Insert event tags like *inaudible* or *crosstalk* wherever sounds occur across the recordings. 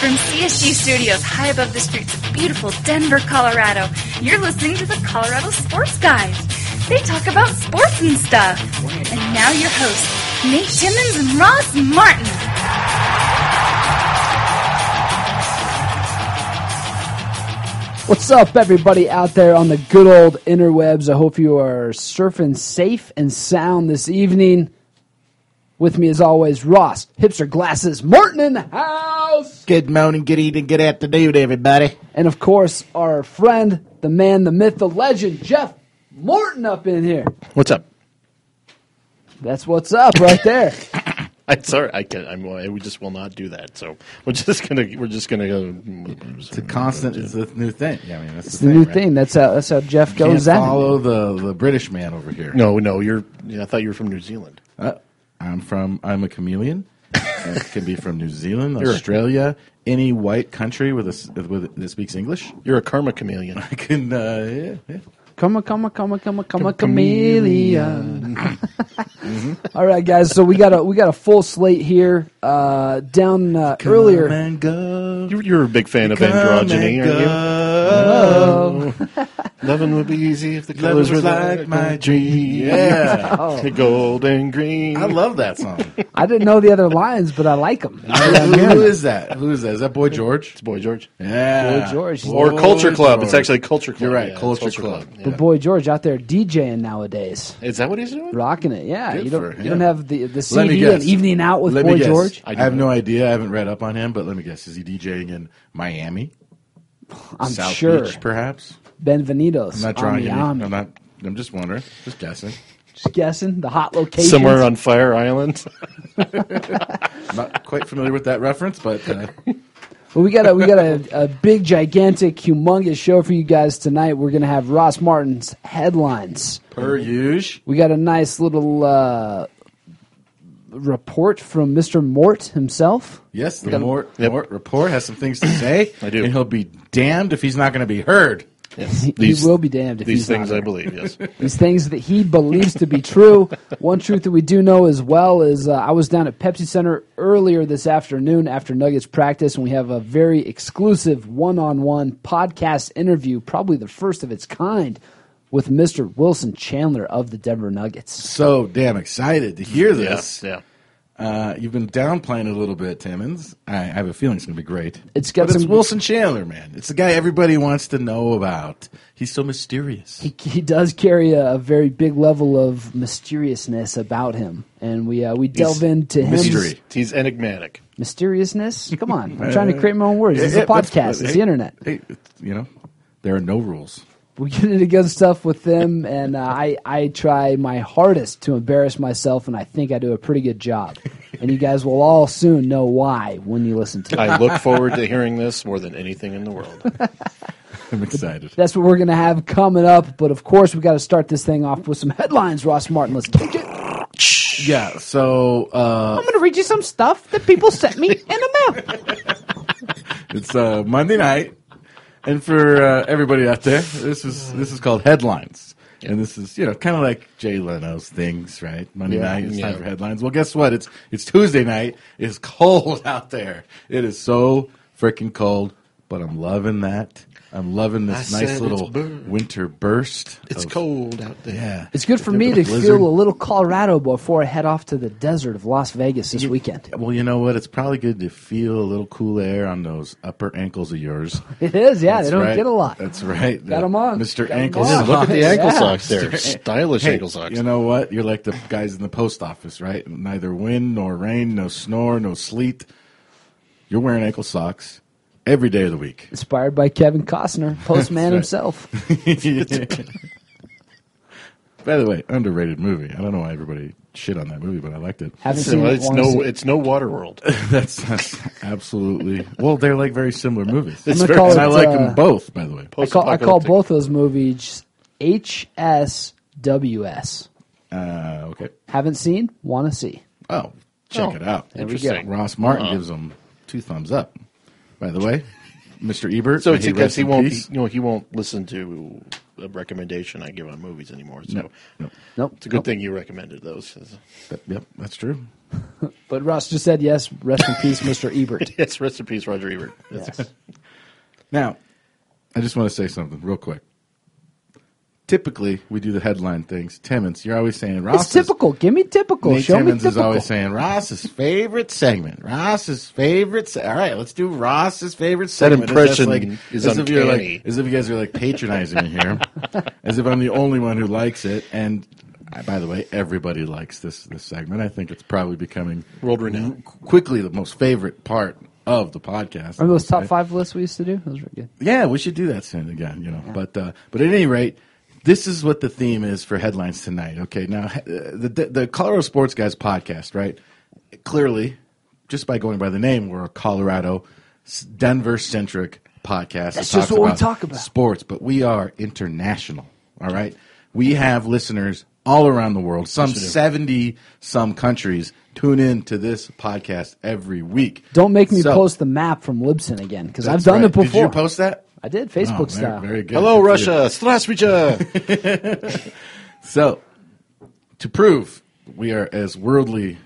HD Studios, high above the streets of beautiful Denver, Colorado. You're listening to the Colorado Sports Guys. They talk about sports and stuff. And now your hosts, Nate Timmons and Ross Martin. What's up, everybody out there on the good old interwebs? I hope you are surfing safe and sound this evening. With me, as always, Ross, Hipster Glasses, Martin in the house, Good morning, good evening, good afternoon, everybody. and of course, our friend, the man, the myth, the legend, Jeff Morton, up in here. What's up? That's what's up right there. *laughs* I'm sorry, I can. I'm. I- We just will not do that. So we're *laughs* just gonna. We're just gonna go. It's a constant. It's the new thing. Yeah, I mean, that's It's the the new right? thing. That's how that's how Jeff Can't goes at it. follow the the British man over here. No, no. You're. Yeah, I thought you were from New Zealand. Uh, I'm from. I'm a chameleon. it can be from New Zealand, Australia, any white country with a s- with that speaks English. *laughs* You're a karma chameleon. I can. Uh, yeah, yeah. Come on, come on, come on, come on, come on, chameleon. Mm-hmm. *laughs* All right, guys. So we got a we got a full slate here. Uh, down uh, earlier. Come and go. You're, you're a big fan of Come androgyny, and go. aren't Uh, you? Loving would be easy if the Love colors were was like my dream. Yeah, The gold and green. I love that *laughs* song. I didn't know the other lines, but I like them. Who is that? Who is that? Is that Boy George? It's Boy George. Yeah. Boy George. Or Boy Culture Club. George. It's actually Culture Club. You're right, Yeah, it's Culture Club. Yeah. But boy George out there DJing nowadays, Is that what he's doing? rocking it. Yeah, Good you don't for you him. don't have the the Let me CD and guess. evening out with Let me boy guess. George. I, I have don't no idea. I haven't read up on him, but let me guess. Is he DJing in Miami? I'm South sure. Beach, perhaps? Benvenidos. I'm not Ami, drawing any. Ami. I'm not. I'm just wondering. Just guessing. Just guessing the hot location. Somewhere on Fire *laughs* Island. I'm not quite familiar with that reference, but uh, Well, we got a we got a, a big, gigantic, humongous show for you guys tonight. We're gonna have Ross Martin's headlines. *laughs* per usual. We got a nice little uh, report from Mr. Mort himself. Yes, the Mort, Yep. Mort report has some things to say. *clears throat* I do. And he'll be damned if he's not going to be heard. *laughs* Yes. He- he will be damned if these he's not things. there. I believe. *laughs* Yes. These things that he believes to be true. One truth that we do know as well is uh, I was down at Pepsi Center earlier this afternoon after Nuggets practice, and we have a very exclusive one on one podcast interview, probably the first of its kind, with Mr. Wilson Chandler of the Denver Nuggets. So damn excited to hear yes. this. Yeah. Uh, you've been downplaying it a little bit, Timmons. I, I have a feeling it's going to be great. It's got but it's some- Wilson Chandler, man. It's the guy everybody wants to know about. He's so mysterious. He, he does carry a, a very big level of mysteriousness about him, and we uh, we delve into him. mystery. He's enigmatic. Mysteriousness? Come on. *laughs* I'm trying to create my own words. It's Yeah, a yeah, that's- podcast. It's hey, the internet. hey, it's- you know, there are no rules. we get into good stuff with them, and uh, I I try my hardest to embarrass myself, and I think I do a pretty good job. And you guys will all soon know why when you listen to it. I look forward to hearing this more than anything in the *laughs* world. I'm excited. That's what we're gonna have coming up. But of course, we got to start this thing off with some headlines. Ross Martin, let's kick it. I'm Yeah. So uh, Uh, gonna read you some stuff that people sent me in the mail. it's uh, Monday night, and for uh, everybody out there, this is this is called headlines, and this is you know kind of like Jay Leno's things, right? Monday Yeah. night, it's time Yeah. for headlines. Well, guess what? It's it's Tuesday night. It's *laughs* cold out there. It is so freaking cold, but I'm loving that. I'm loving this I said nice it's little burn. winter burst. It's of- cold out there. Yeah. It's good for me to feel a little Colorado before I head off to the desert of Las Vegas this weekend. Well, you know what? It's probably good to feel a little cool air on those upper ankles of yours. It is, yeah. That's they don't right. get a lot. That's right. Got 'em on. Mr. Got 'em Ankle on. Socks. Look *laughs* at the ankle Yeah. socks there. Stylish Hey, ankle socks. You know what? You're like the guys in the post office, right? Neither wind nor rain, no snore, no sleet. You're wearing ankle socks every day of the week. *laughs* Inspired by Kevin Costner, postman right. himself. By the way, underrated movie. I don't know why everybody shit on that movie, but I liked it. Haven't it's, seen it. it's wanna see no, it. it's no water world. *laughs* That's, that's absolutely well. They're like very similar movies, I'm and gonna very- call I it, like uh, them both. By the way, I call, I call both those movies HSWS. uh, okay. Haven't seen, want to see. Oh, check Oh, it out. There we Interesting. go. Ross Martin gives them two thumbs up. By the way, Mr. Ebert. So may it's he because rest he in won't, peace. you know, he won't listen to a recommendation I give on movies anymore. So No, Nope. it's a good nope. thing you recommended those. *laughs* That- yep, that's true. But Russ just said yes. Rest in peace, Mr. *laughs* Ebert. Yes, rest in peace, Roger Ebert. That's- Yes. Now, I just want to say something real quick. Typically, we do the headline things. Timmons, you're always saying Ross. It's typical. Give me typical. Nate Show me Timmons typical. is always saying Ross's favorite segment. Ross's favorite. Se- All right, let's do Ross's favorite segment. impression as if, is as if you're uncanny. like, as if you guys are like patronizing me here, as if I'm the only one who likes it. And I, by the way, everybody likes this this segment. I think it's probably becoming World renowned. qu- quickly the most favorite part of the podcast. Remember those top Right? five lists we used to do? Those were good. Yeah, we should do that soon again, you know. But uh, but at any rate, this is what the theme is for headlines tonight. Okay, now uh, the the Colorado Sports Guys podcast, right? Clearly, just by going by the name, we're a Colorado, Denver centric podcast. that That's just talks what we talk about. sports, but we are international. All right, we have listeners all around the world. Some seventy some countries tune in to this podcast every week. Don't make me So- post the map from Libsyn again because I've That's done right. it before. Did you post that? I did Oh, Facebook very- style. Very good. Hello, Good for you. Russia. *laughs* Strasvica. So, to prove we are as worldly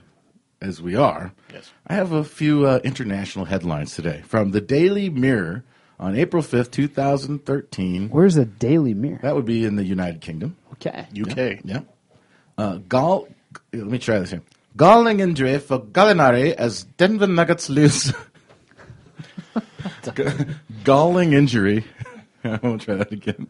as we are, Yes. I have a few uh, international headlines today from the Daily Mirror on April 5th, 2013. Where's the Daily Mirror? That would be in the United Kingdom. Okay. UK. Yeah. Uh, Gall, let me try this here. Galling injury for Gallinari as Denver Nuggets lose. Galling injury. *laughs* I won't try that again.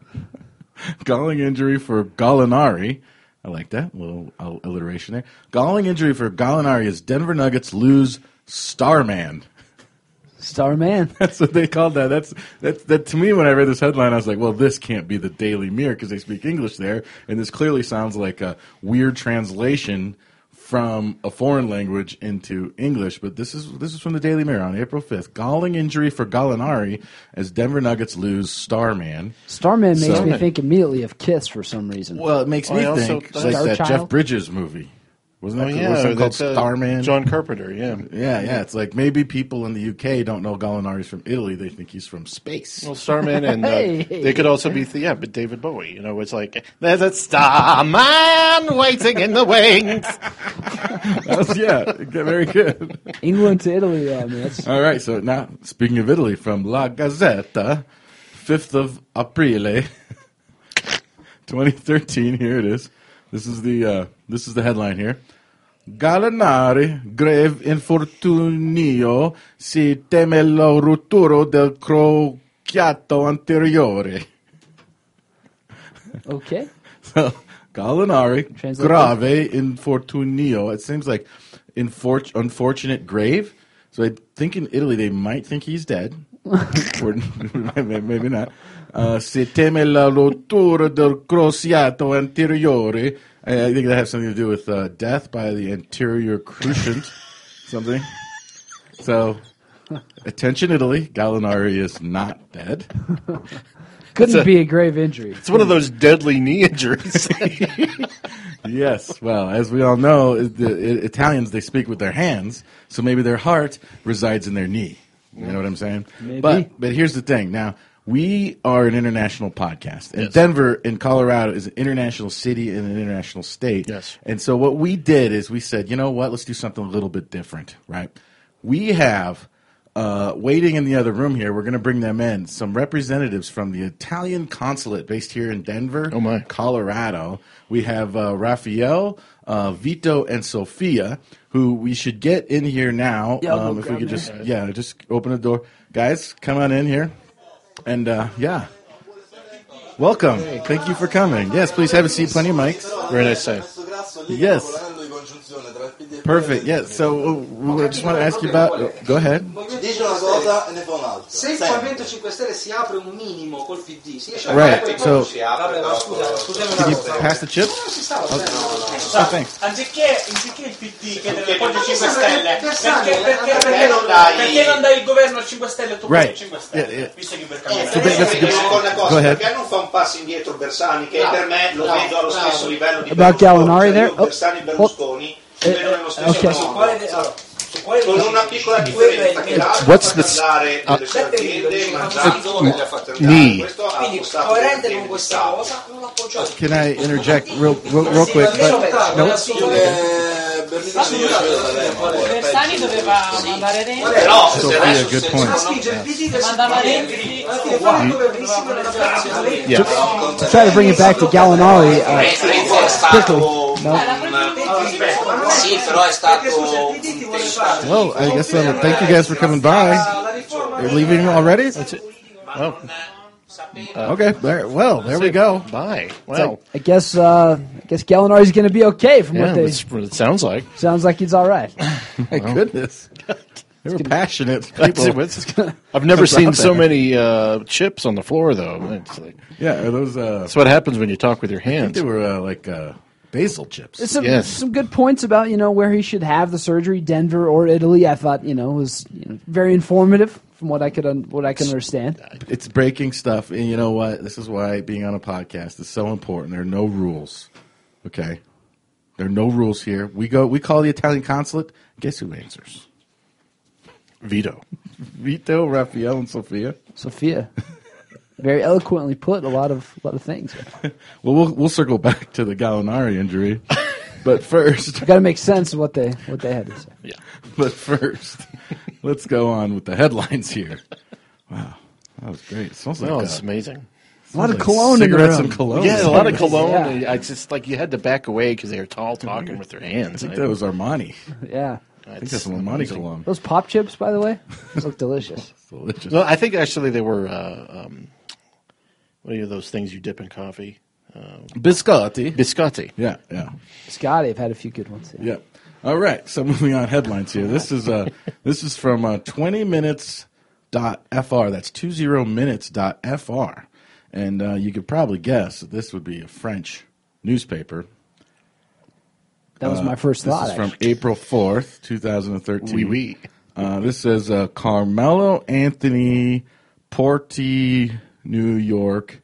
Galling injury for Gallinari. I like that little uh, alliteration there. Galling injury for Gallinari as Denver Nuggets lose Starman. *laughs* Starman. That's what they called that. That's that's that to me. When I read this headline, I was like, "Well, this can't be the Daily Mirror because they speak English there, and this clearly sounds like a weird translation from a foreign language into English." But this is this is from the Daily Mirror on April fifth. Galling injury for Gallinari as Denver Nuggets lose Starman. Starman makes me Starman. think immediately of Kiss for some reason. Well, it makes Well, me I also- think that's- like Star that Jeff Child? Bridges movie. Wasn't Oh, that was yeah. something called That's, uh, Starman? John Carpenter, yeah. yeah, yeah. It's like maybe people in the UK don't know Gallinari's from Italy. They think he's from space. Well, Starman, and uh, Hey. they could also be, yeah, but David Bowie. You know, it's like, there's a Starman waiting in the wings. That was- yeah, very good. England to Italy. Yeah, I mean, *laughs* that's, All right, so now speaking of Italy, from La Gazzetta, fifth of Aprile, *laughs* twenty thirteen. Here it is. This is the uh, this is the headline here. Gallinari grave infortunio si teme lo roturo del crociato anteriore. okay. So *laughs* Gallinari Translate grave infortunio. It seems like infor- unfortunate grave. So I think in Italy they might think he's dead, or *laughs* maybe not. Uh, si teme la rottura del crociato anteriore. I, I think that has something to do with uh, death by the anterior cruciate, something. So, attention, Italy. Gallinari is not dead. Couldn't a- be a grave injury. It's one of those deadly knee injuries. Yes, well, as we all know, i- the i- Italians they speak with their hands, so maybe their heart resides in their knee. You know what I'm saying? Maybe. But but here's the thing. Now we are an international podcast, and Denver in Colorado is an international city and an international state. Yes. And so what we did is we said, you know what? Let's do something a little bit different, right? We have uh, waiting in the other room here. We're going to bring them in some representatives from the Italian consulate based here in Denver. Oh, my. Colorado. We have uh, Raphael, uh, Vito, and Sophia, who we should get in here now. Yeah, I'll um, go if we grab could them. just, yeah, just open the door, guys. Come on in here, and uh, yeah, welcome. Thank you for coming. Yes, please have a seat. Plenty of mics. Very nice time. Yes. Perfect. Perfect, Yeah. So uh, we just want to ask you about. uh, Go ahead. Dice una cosa e ne fa un'altra. Se il Sempre. Movimento 5 Stelle si apre un minimo col PD, si riesce a Right, fare so- Vabbè, ma scusa, scusami una Can you cosa. pass the chips? Non si stava fermo. Oh, thanks. Anziché, anziché il PD che del Movimento Perché- 5 Stelle, perché- perché, perché, perché perché non non dai- dai... perché non dai il governo al 5 Stelle e tu Right. al 5 Stelle? Yeah, yeah. Visto che per Eh, cambiare. So that's a good- Dico una cosa, Go ahead. Perché non fa un passo indietro Bersani, che Bravo, per me lo bravo, vedo allo bravo. stesso livello di About Gallinari Cioè, there? io Bersani e Oh, Berlusconi, eh, lo vedo nello stesso okay. modo. Su quale de- allora, su quale Con una piccola differenza che l'altro What's fa the- andare uh, nelle sue aziende, uh, mangiando e le ha fatte andare. knee. Questo ha Quindi costato coerente il con questa cosa non appoggiate. Can I interject real real, real quick? Sì, ma io lo But, vedo, no. assolutamente. Eh, Ma scusate, Bersani doveva qual mandare dentro è? No, Sophia, good point. ma spinge il PD del Mandava Renzi. Ma che fa il governo insieme alla Francia? Renzi. To try to bring it back to Gallinari, uh, Renzi è stato No. un... Ma non è- Sì, però è Perché stato... scusa, il PD ti vuole fare Well, I guess um, thank you guys for coming by. la riforma You're leaving already? Ma non sapeva... Uh, Okay. There, well, there we go. Bye. Wow. I I guess uh, I guess Gallinari's going to be okay from Yeah, what they that's what it sounds like. sounds like. He's all right. My *laughs* goodness. They were passionate *laughs* *laughs* That's people. it. It's- I've never seen out so there. many uh, chips on the floor, though. It's like, Yeah, are those uh, that's what happens when you talk with your I think hands. they were uh, like uh, basil chips. There's some Yes. some good points about you know where he should have the surgery, Denver or Italy. I thought you know was you know, very informative from what I could un- what I can understand. It's breaking stuff, and you know what? This is why being on a podcast is so important. There are no rules. Okay, there are no rules here. We go. We call the Italian consulate. Guess who answers? Vito. Vito, Raphael, and Sophia. Sophia, very eloquently put a lot of lot of things. Well, we'll we'll circle back to the Gallinari *laughs* injury, but first, Got to make sense of what they what they had to say. *laughs* but first, let's go on with the headlines here. Wow, that was great. It smells like Oh, uh, it's amazing. A lot of like cologne in the cigarettes room. and cologne. Yeah, a lot of cologne. cologne. Yeah. I just like you had to back away because they were tall talking with their hands. I think that was Armani. Yeah, I think that's an Armani cologne. those pop chips, by the way, those look delicious. It's delicious. No, I think actually they were. Uh, um, what are those things you dip in coffee? Biscotti. Biscotti. Yeah, yeah, Scotty, I've had a few good ones. Yeah. yeah. All right. So moving on headlines here. This is uh *laughs* this is from uh, 20 minutes dot fr. That's 20 minutes dot fr. And uh, you could probably guess that this would be a French newspaper. That was my first Uh, This thought. is from actually. April 4th, 2013. Wee wee. Uh, this says uh, Carmelo Anthony, Porti, New York,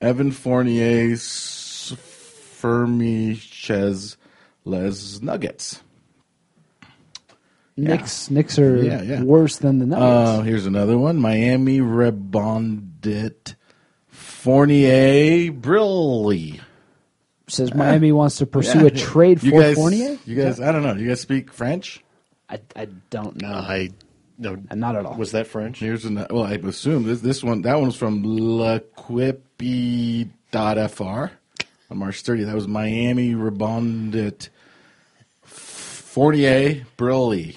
Evan Fournier, S- Fermichez, Les Nuggets. Knicks, Knicks are Yeah, yeah. worse than the Uh, Nuggets. here's another one Miami Rebondit, Fournier, Brilly. Says Miami wants to pursue a trade for you guys, Fournier. You guys, I don't know. You guys speak French? I, I don't know. No, Uh, I no. I'm Uh, not at all. Was that French? Here's another. Well, I assume this this one that one's from LaQuippy.fr on March 30th. That was Miami Rebondit Fortier Brilli.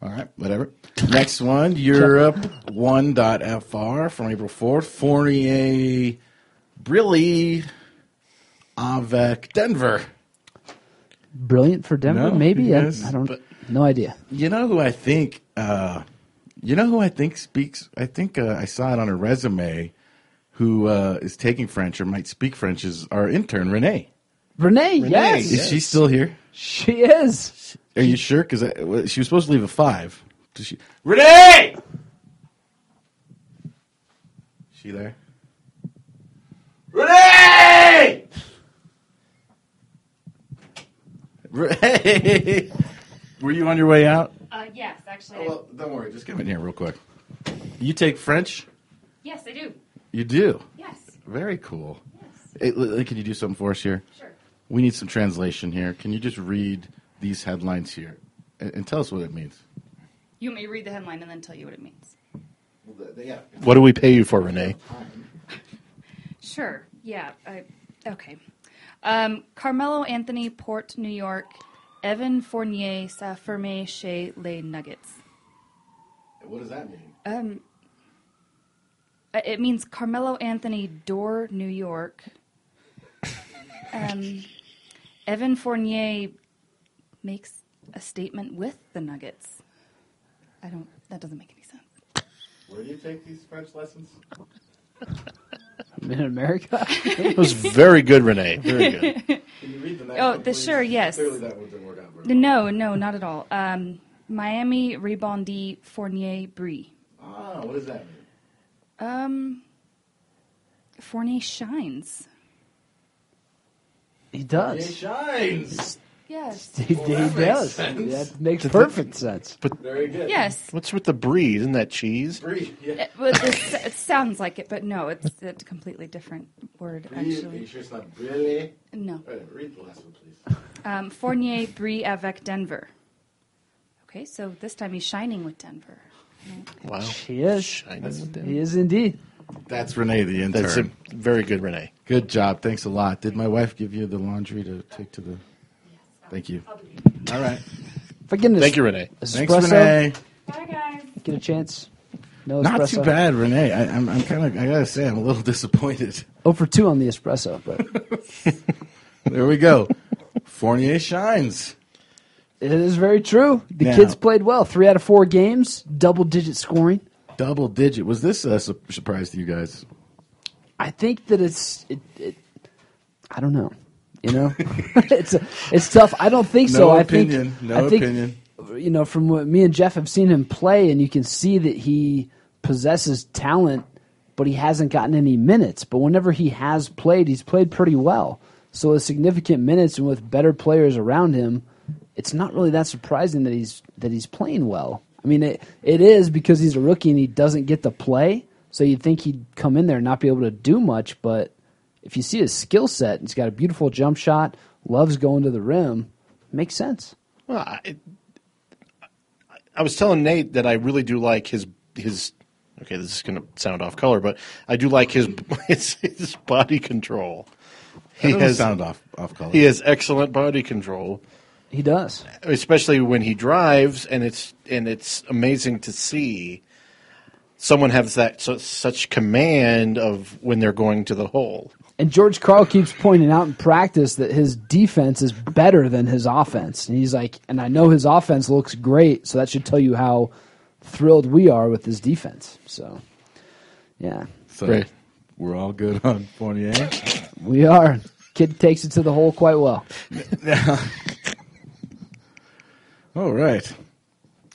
All right, whatever. Next one, Europe1.fr from April 4th. Fournier Brilli avec Denver. Brilliant for Denver, No, maybe. I, yes, I don't. no idea. You know who I think? Uh, you know who I think speaks? I think uh, I saw it on a resume. Who uh, is taking French or might speak French is our intern Renee. Renee, yes, Is she still here? she is. Are you sure? Because she was supposed to leave at five. Does she? Renee. She there? Renee. Renee. *laughs* Were you on your way out? Uh, yes, actually. Oh, Well, don't worry. Just come in here real quick. You take French? Yes, I do. You do. Yes, Very cool. yes, Hey, Lily, can you do something for us here? sure. We need some translation here. Can you just read these headlines here and, and tell us what it means? You may read the headline and then tell you what it means. Yeah. What do we pay you for, Renee? Sure. Yeah. I, okay. Um, Carmelo Anthony, Port, New York. Evan Fournier, Saferme, Shea, Les Nuggets. What does that mean? Um, uh, it means Carmelo Anthony, Door, New York. Um, Evan Fournier makes a statement with the Nuggets. I don't. That doesn't make any sense. Where do you take these French lessons? I'm in America. It was very good, Renee. *laughs* Very good. Can you read the next Oh, one, the please? sure. Yes. Clearly that one didn't work out very well. No, no, not at all. Um, Miami Rebondi Fournier Brie. Ah, what does that mean? Um, Fournier shines. he It does. shines. Yes. He, he that makes does. sense. That makes perfect sense. Very good. Yes. What's with the brie? Isn't that cheese? Three. Yeah. It, well, this, it sounds like it, but no, it's a completely different word, Three. Are you actually. sure it's not really? No. All right, read the last one, please. Um, Fournier, Brie, avec Denver. Okay, so this time he's shining with Denver. Wow. He is. Shining with them. He is indeed. That's Renee, the intern. That's a very good, Renee. Good job. Thanks a lot. Did my wife give you the laundry to take to the? Thank you. All right. If I get an Thank you, es- Renee. Thanks, espresso, Renee. Bye, guys. get a chance. No espresso. Not too bad, Renee. I, I'm, I'm kind of. I gotta say, I'm a little *laughs* disappointed. Oh for two on the espresso, but There we go. Fournier shines. it is very true. The Now- kids played well. Three out of four games, double digit scoring. Double digit. Was this a su- surprise to you guys? I think that it's it, it I don't know. You know, *laughs* it's it's tough. I don't think so. No I opinion. think no I think, opinion. You know, from what me and Jeff have seen him play, and you can see that he possesses talent, but he hasn't gotten any minutes. But whenever he has played, he's played pretty well. So with significant minutes and with better players around him, it's not really that surprising that he's that he's playing well. I mean, it it is because he's a rookie and he doesn't get to play. So you'd think he'd come in there and not be able to do much, but if you see his skill set, he's got a beautiful jump shot, loves going to the rim. Makes sense. Well, I, I was telling Nate that I really do like his his. Okay, this is going to sound off color, but I do like his *laughs* his, his body control. He Doesn't has sound off off color. he has excellent body control, He does. especially when he drives, and it's and it's amazing to see someone has that su- such command of when they're going to the hole. And George Carl keeps pointing out in practice that his defense is better than his offense. And he's like, and I know his offense looks great, so that should tell you how thrilled we are with his defense. So, yeah, So Right. We're all good on Fournier. we are. Kid takes it to the hole quite well. All right.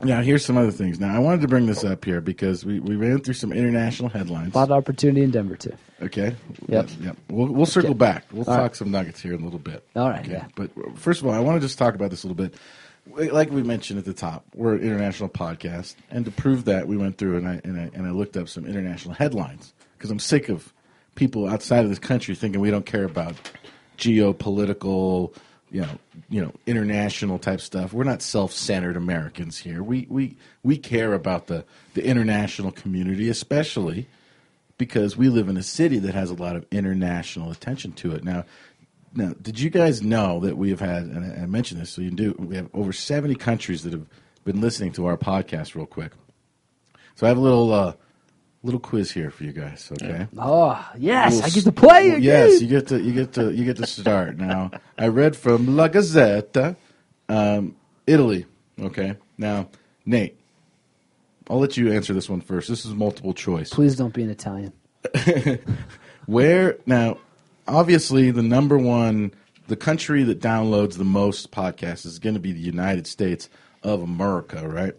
Now here's some other things. Now I wanted to bring this up here because we, we ran through some international headlines. A lot of opportunity in Denver, too. Okay. Yep. Yep. We'll, we'll circle Okay. back. We'll All talk right. some nuggets here in a little bit. All right, yeah. But uh, first of all, I want to just talk about this a little bit. We- Like we mentioned at the top, we're an international podcast, and to prove that, we went through and I and I, and I looked up some international headlines because I'm sick of people outside of this country thinking we don't care about geopolitical, you know, you know, international type stuff. We're not self-centered Americans here. We we we care about the the international community, especially because we live in a city that has a lot of international attention to it. Now, now, did you guys know that we have had, and I- I mentioned this, so you do, we have over 70 countries that have been listening to our podcast real quick. So I have a little, uh, little quiz here for you guys, okay? Oh, yes, Little I s- get to play well, again. Yes, you get to you get to you get to start now. I read from La Gazzetta, um, Italy. Okay, now Nate, I'll let you answer this one first. This is multiple choice. Please don't be an Italian. Where now? Obviously, the number one, the country that downloads the most podcasts is going to be the United States of America, right?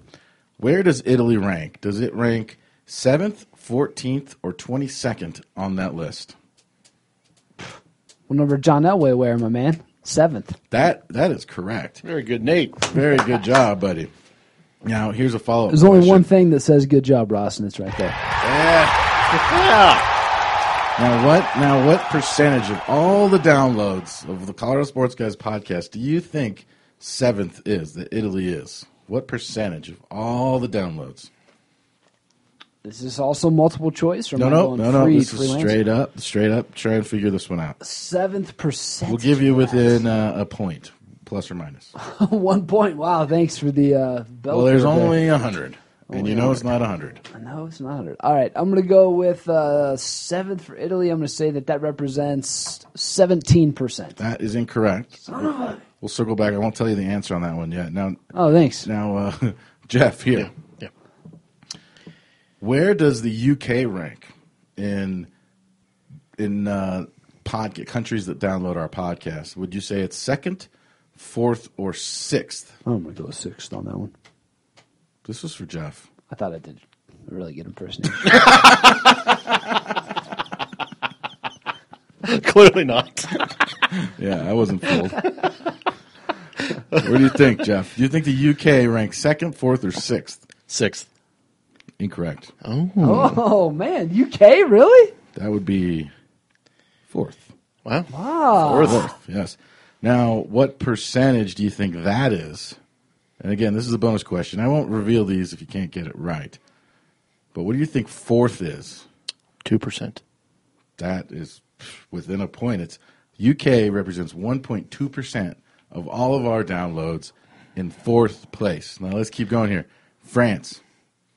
Where does Italy rank? Does it rank seventh, fourteenth, or twenty second on that list? What number John Elway wear, my man? Seventh. That that is correct. Very good, Nate. *laughs* Very good job, buddy. Now here's a follow up. There's only one thing that says good job, Ross, and it's right there. Yeah. Now what? Now what percentage of all the downloads of the Colorado Sports Guys podcast do you think seventh is that Italy is? What percentage of all the downloads? Is this also multiple choice? Or am No, I no, going no, no. free, This is freelance? straight up, straight up. Try and figure this one out. Seventh percent. We'll give you within uh, a point, plus or minus. *laughs* one point. Wow, thanks for the uh, bell. Well, there's curve there. only a hundred, and you know it's not a hundred. no, it's not hundred. All right, I'm gonna go with uh, seventh for Italy. I'm gonna say that that represents seventeen percent. That is incorrect. We'll circle back. I won't tell you the answer on that one yet. Now, Oh, thanks. now, uh, *laughs* Jeff here. yeah. Where does the UK rank in in uh, pod- countries that download our podcast? Would you say it's second, fourth, or sixth? Oh, I'm gonna go sixth on that one. This was for Jeff. I thought I did a really good impersonation. *laughs* Clearly not. *laughs* Yeah, I wasn't fooled. what do you think, Jeff? Do you think the UK ranks second, fourth, or sixth? Sixth. Incorrect. *laughs* oh man, UK really? That would be fourth. Wow. Wow. Fourth, yes. Now, what percentage do you think that is? And again, this is a bonus question. I won't reveal these if you can't get it right. But what do you think fourth is? Two percent. That is within a point. It's UK represents 1.2% of all of our downloads in fourth place. Now let's keep going here. France.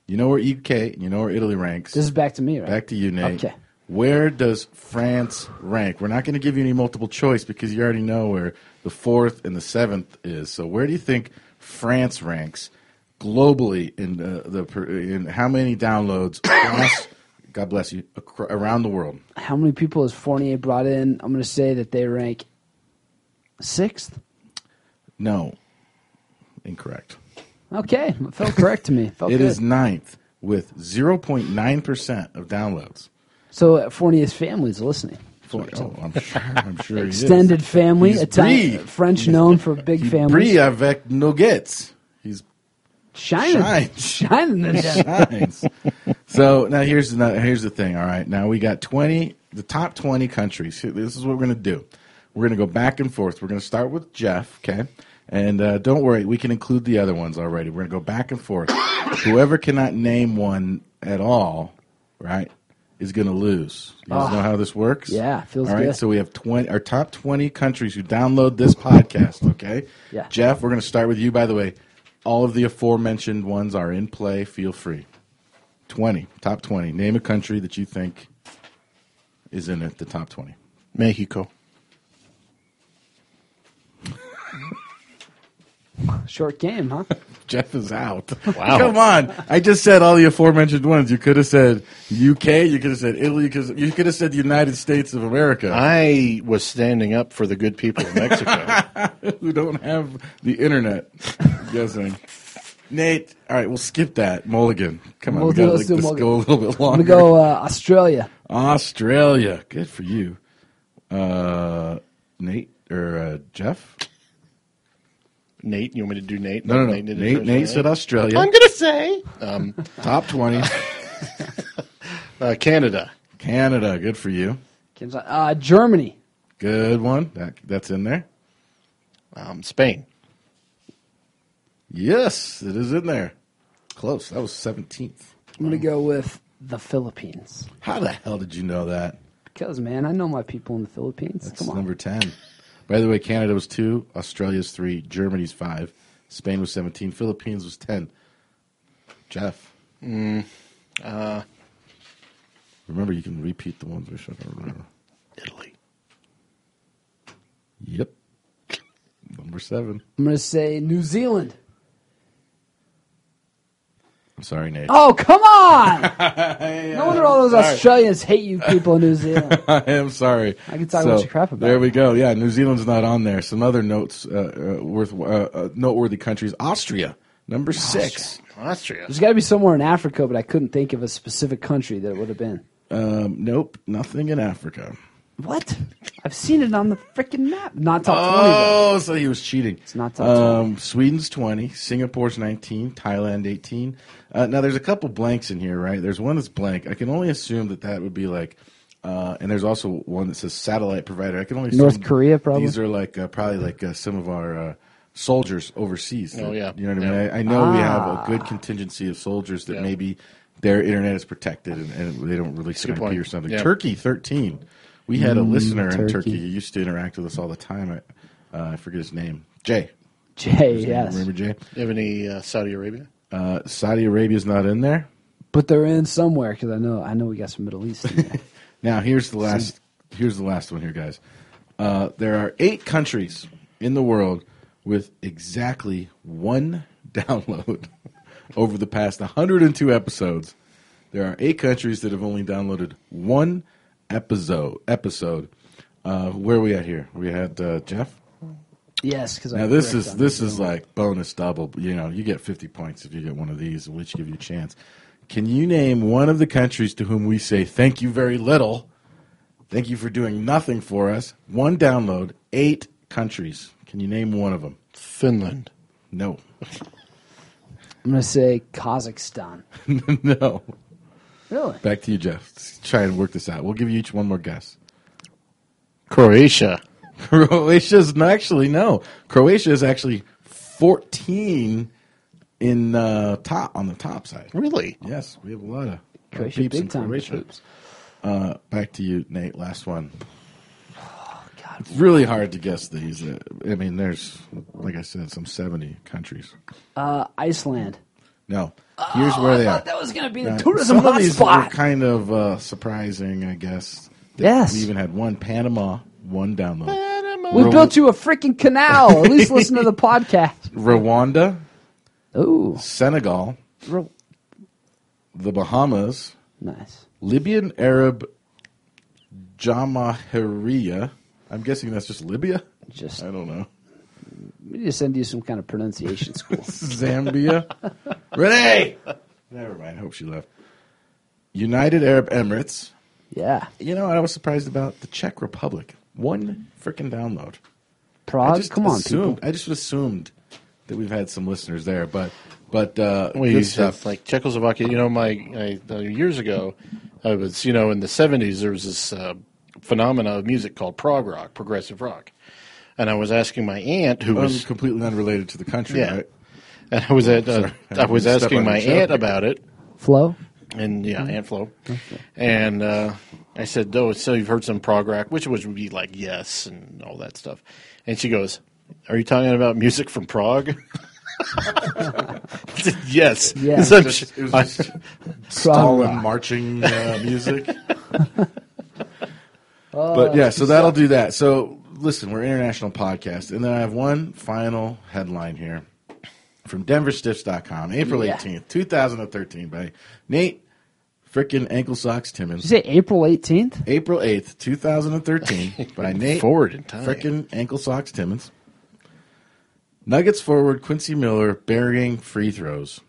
You know where UK, you know where Italy ranks. This is back to me, right? Back to you, Nate. Okay. Where does France rank? We're not going to give you any multiple choice because you already know where the fourth and the seventh is. So where do you think France ranks globally in uh, the per- in how many downloads? *coughs* across- God bless you acro- around the world. How many people has Fournier brought in? I'm going to say that they rank sixth. No, incorrect. Okay, it felt correct to me. Felt It good. is ninth with zero point nine percent of downloads. So uh, Fournier's family is listening. Oh, I'm sure. I'm sure he is. Extended family, He's Italian, Brie. French known for big He's uh, families. Brie avec nuggets. He's Shining, Shines. *laughs* shining them down. Nice. so now here's the, here's the thing. All right, now we got twenty the top twenty countries. Here, This is what we're gonna do. We're gonna go back and forth. We're gonna start with Jeff. Okay, and uh, don't worry, we can include the other ones already. We're gonna go back and forth. *coughs* Whoever cannot name one at all, right, is gonna lose. You guys know how this works. Ah. Yeah, feels all right. good. So we have twenty our top twenty countries who download this podcast. Okay. Yeah. Jeff, we're gonna start with you. By the way, all of the aforementioned ones are in play. Feel free. 20, top 20. Name a country that you think is in it, the top 20. Mexico. Short game, huh? Jeff is out. Wow. Come on. I just said all the aforementioned ones. You could have said UK, you could have said Italy, you could have- you could have said the United States of America, I was standing up for the good people of Mexico. *laughs* who don't have the internet. I'm guessing. Nate, all right, we'll skip that. Mulligan. Come on. We'll we do- got to let's do let this Mulligan. go a little bit I'm longer. gonna go uh, Australia. Australia. Good for you. Uh, Nate or uh, Jeff? Nate, you want me to do Nate? No, no, no. Nate, did it Nate, first, right? said Australia. I'm gonna say um, *laughs* Top 20. uh, Canada. Canada. Good for you. Kim's on- Uh, Germany. Good one. That, that's in there. Um, Spain. Yes, it is in there. Close. That was 17th. I'm gonna go with the Philippines How the hell did you know that? because man, I know my people in the Philippines. That's Come on, number 10. By the way, Canada was 2, Australia's 3, Germany's 5, Spain was 17, Philippines was 10. Jeff. Mm, uh, Remember, you can repeat the ones we should remember. Italy. *laughs* Yep. Number 7. I'm gonna say New Zealand. I'm sorry, Nate. Oh come on! no wonder all those Australians hate you people in New Zealand. *laughs* I am sorry. I can talk a bunch of crap about There it. we go. Yeah, New Zealand's not on there. Some other notes uh, uh, worth uh, uh, noteworthy countries: Austria, number six. Austria. There's got to be somewhere in Africa, but I couldn't think of a specific country that it would have been. Um, nope, nothing in Africa. What? I've seen it on the freaking map. Not top twenty. Though. Oh, so he was cheating. It's not top um, Sweden's twenty, Singapore's nineteen, Thailand eighteen. Uh, now there's a couple blanks in here, right? There's one that's blank. I can only assume that that would be like. Uh, and there's also one that says satellite provider. I can only assume North Korea, probably. These are like uh, probably like uh, some of our uh, soldiers overseas. Oh, yeah. you know what I Yeah. mean. I, I know we have Ah. a good contingency of soldiers that Yeah. maybe their internet is protected and, and they don't really good connect point. or something. Yeah. Turkey thirteen. We had a listener in Mm, Turkey. Turkey who used to interact with us all the time. I, uh, I forget his name. Jay. Jay, His name, yes. Remember Jay? You have any uh, Saudi Arabia? Uh, Saudi Arabia's not in there. But they're in somewhere because I know I know we got some Middle East. In there. Now here's the last. Here's the last one here, guys. Uh, there are eight countries in the world with exactly one *laughs* download over the past 102 episodes. There are eight countries that have only downloaded one episode. Episode. Uh, where are we at here? We had uh, Jeff. *laughs* yes, because Now this is this is like bonus double. You know, you get fifty points if you get one of these, which give you a chance. Can you name one of the countries to whom we say thank you very little? Thank you for doing nothing for us. One download, eight countries. Can you name one of them? Finland. No, *laughs* I'm gonna say Kazakhstan. no. Really? Back to you, Jeff. Let's try and work this out. We'll give you each one more guess. Croatia. *laughs* Croatia's not actually no. Croatia is actually fourteen in uh, top on the top side. Really? Yes, we have a lot of Croatia, peeps big in time Croatia. peeps. Uh, back to you, Nate. Last one. Oh, It's really hard to guess these. Uh, I mean, there's like I said, some seventy countries. Uh, Iceland. No, here's where they are. Oh, That was going to be the Uh, tourism some of these were hotspot. kind of uh, surprising, I guess. that Yes. we even had one Panama, one download. We Rwan- built you a freaking canal. At least listen to *laughs* the podcast. Rwanda, *laughs* Oh, Senegal, real the Bahamas, nice. Libyan Arab Jamahiriya. I'm guessing that's just Libya. Just I don't know. we need to send you some kind of pronunciation *laughs* school. Zambia. Renee. Never mind. I hope she left. United Arab Emirates. yeah, You know, I was surprised about the Czech Republic. One freaking download. I Prague. just Uh, Come on, assumed, people. I just assumed that we've had some listeners there, but but uh, Well, you good said, stuff. like Czechoslovakia. You know, my I, uh, years ago, I was you know in the seventies there was this uh, phenomena of music called prog rock, progressive rock, and I was asking my aunt who Um, was completely unrelated to the country, yeah, *laughs* right? and I was at uh, I I was didn't *laughs* step asking on Mm-hmm. my your aunt toe. about it, Flow. and yeah, Aunt Flo. And uh, I said, "Oh, so you've heard some prog rock?" Which was would be like yes and all that stuff. And she goes, "Are you talking about music from Prague?" *laughs* I said, yes. *laughs* Yeah. Yes, I'm Just- sure- it was I- just Prague. Stalin marching uh, music. *laughs* Oh, but yeah, so that'll do that. So listen, we're an international podcast, and then I have one final headline here from DenverStiffs.com, April Yeah. eighteenth, two thousand and thirteen, by Nate frickin' Ankle Socks Timmons. Did you say April eighteenth? April *laughs* 8th, 2013, by Nate forward in time. frickin' Ankle Socks Timmons. Nuggets forward Quincy Miller burying free throws.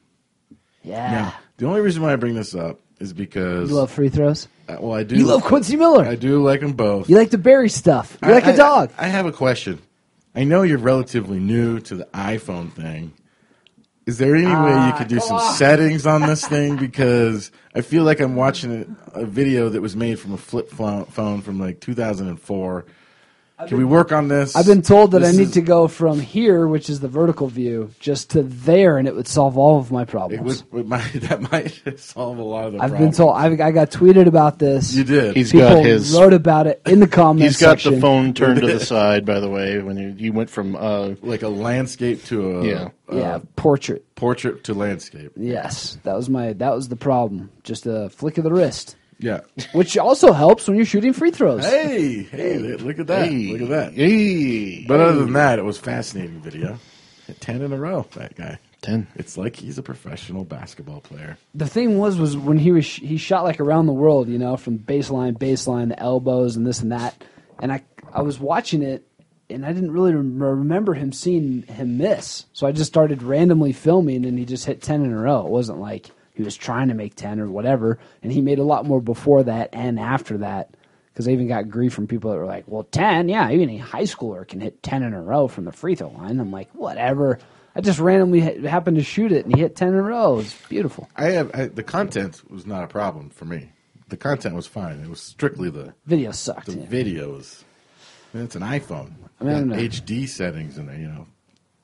Yeah. Now, the only reason why I bring this up is because You love free throws. uh, well, I do You love Quincy Miller. I do like them both. You like to bury stuff. You like a a dog. I, have a question. I know you're relatively new to the iPhone thing. Is there any way Ah, you could do some settings *laughs* on this thing? Because I feel like I'm watching a, a video that was made from a flip pho- phone from like 2004. Can we work on this? I've been told that This I need is- to go from here, which is the vertical view, just to there, and it would solve all of my It problems. was, it might, *laughs* that might solve a lot of the I've been problems. told. I've, I got tweeted about this. you did. He's People got his. wrote about it *laughs* in the comments. He's got section. the phone turned to *laughs* the side. By the way, when you, you went from uh, like a landscape to a Yeah. uh, Yeah, portrait. portrait to landscape. Yes, that was my. That was the problem. Just a flick of the wrist, *laughs* Yeah. which also helps when you're shooting free throws. hey, hey, look at that. Look at that. hey, But other than that, it was fascinating video. Ten in a row, that guy. ten. It's like he's a professional basketball player. The thing was, was when he was he shot like around the world, you know, from baseline, baseline, the elbows, and this and that. And I I was watching it, and I didn't really rem- remember him seeing him miss. So I just started randomly filming, and he just hit ten in a row. It wasn't like he was trying to make ten or whatever. And he made a lot more before that and after that. Because I even got grief from people that were like, "Well, ten, yeah, even a high schooler can hit ten in a row from the free throw line." I'm like, whatever. I just randomly ha- happened to shoot it, and he hit ten in a row. It's beautiful. I have I, the content was not a problem for me. The content was fine. It was strictly the Video sucked. the yeah. videos. And it's an iPhone. I mean, I don't know. Got HD settings in there, you know.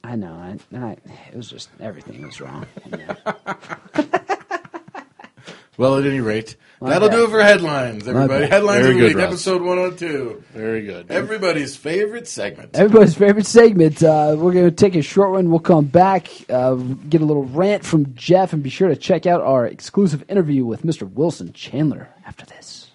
I know. I, I, it was just everything was wrong. *laughs* Yeah. Well, at any rate, My that'll bad. do it for headlines, everybody. bad. Headlines Very of the good, week, Russ. episode 102. Very good. Everybody's favorite segment. Everybody's favorite segment. Uh, we're going to take a short one. We'll come back, uh, get a little rant from Jeff, and be sure to check out our exclusive interview with Mr. Wilson Chandler after this.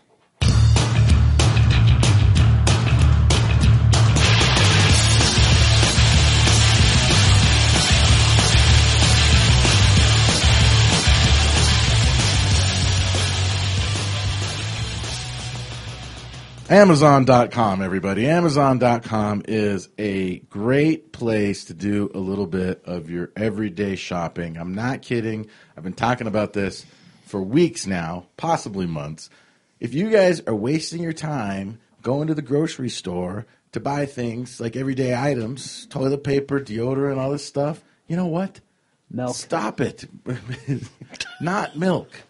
Amazon.com, everybody. Amazon.com is a great place to do a little bit of your everyday shopping. I'm not kidding. I've been talking about this for weeks now, possibly months. If you guys are wasting your time going to the grocery store to buy things like everyday items, toilet paper, deodorant, all this stuff, you know what? Milk. Stop it. *laughs* not milk. *laughs*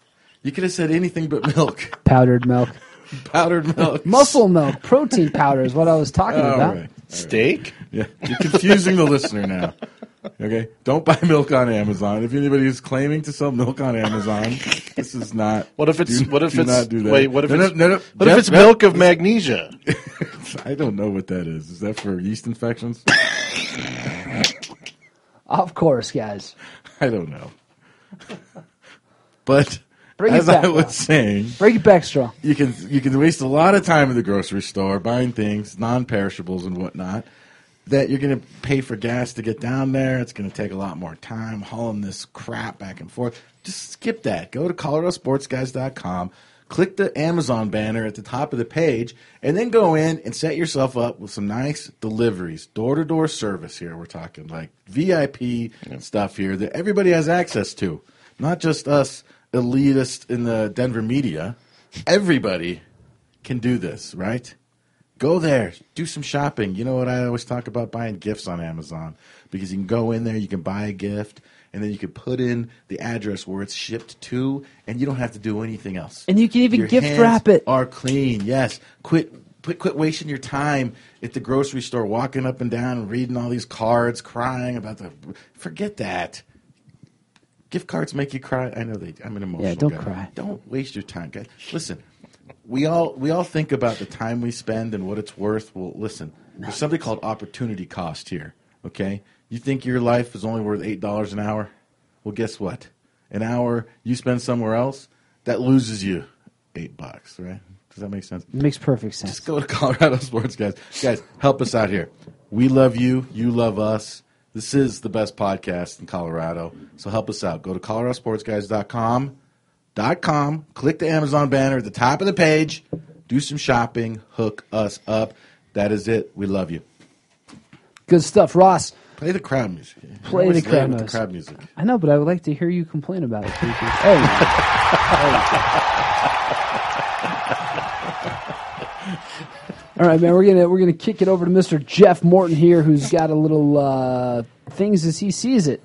You could have said anything but milk. Powdered milk. Powdered milk. Muscle milk, protein powder is what I was talking All about. Oh, right. Steak? Yeah, you're confusing the listener now. Okay, don't buy milk on Amazon. If anybody is claiming to sell milk on Amazon, this is not. What if it's do- what if do it's not do that. wait, what if No, no, it's no, no. what Jeff, if it's milk of magnesia? *laughs* I don't know what that is. Is that for yeast infections? Of course, guys. I don't know. But Bring it as back, I was Rob. saying, Break it back strong. you can you can waste a lot of time in the grocery store buying things, non-perishables and whatnot. That you're going to pay for gas to get down there. It's going to take a lot more time hauling this crap back and forth. Just skip that. Go to ColoradoSportsGuys.com, click the Amazon banner at the top of the page, and then go in and set yourself up with some nice deliveries, door to door service. Here we're talking like VIP stuff here that everybody has access to, not just us elitist in the Denver media everybody can do this, right? Go there, do some shopping. You know what I always talk about buying gifts on Amazon because you can go in there, you can buy a gift, and then you can put in the address where it's shipped to, and you don't have to do anything else. And you can even Your gift hands wrap it. Are clean, yes. Quit, quit, quit wasting your time at the grocery store, walking up and down, reading all these cards, crying about the. Forget that. Gift cards make you cry. I know they. I'm an emotional. Yeah, don't guy. cry. Don't waste your time, guys. Listen, we all we all think about the time we spend and what it's worth. Well, listen, there's something called opportunity cost here. Okay, you think your life is only worth eight dollars an hour? Well, guess what? An hour you spend somewhere else that loses you eight bucks. Right? Does that make sense? It makes perfect sense. *laughs* Just go to Colorado Sports, guys. Guys, help us out here. We love you. You love us. This is the best podcast in Colorado. So help us out. Go to coloradosportsguys.com. Dot com. Click the Amazon banner at the top of the page. Do some shopping. Hook us up. That is it. We love you. Good stuff, Ross. Play the crowd music. You Play always the lay crowd with noise. The crowd music. I know, but I would like to hear you complain about it. Creepy. hey, all right, man. We're gonna we're gonna kick it over to Mr. Jeff Morton here, who's got a little uh, things as he sees it.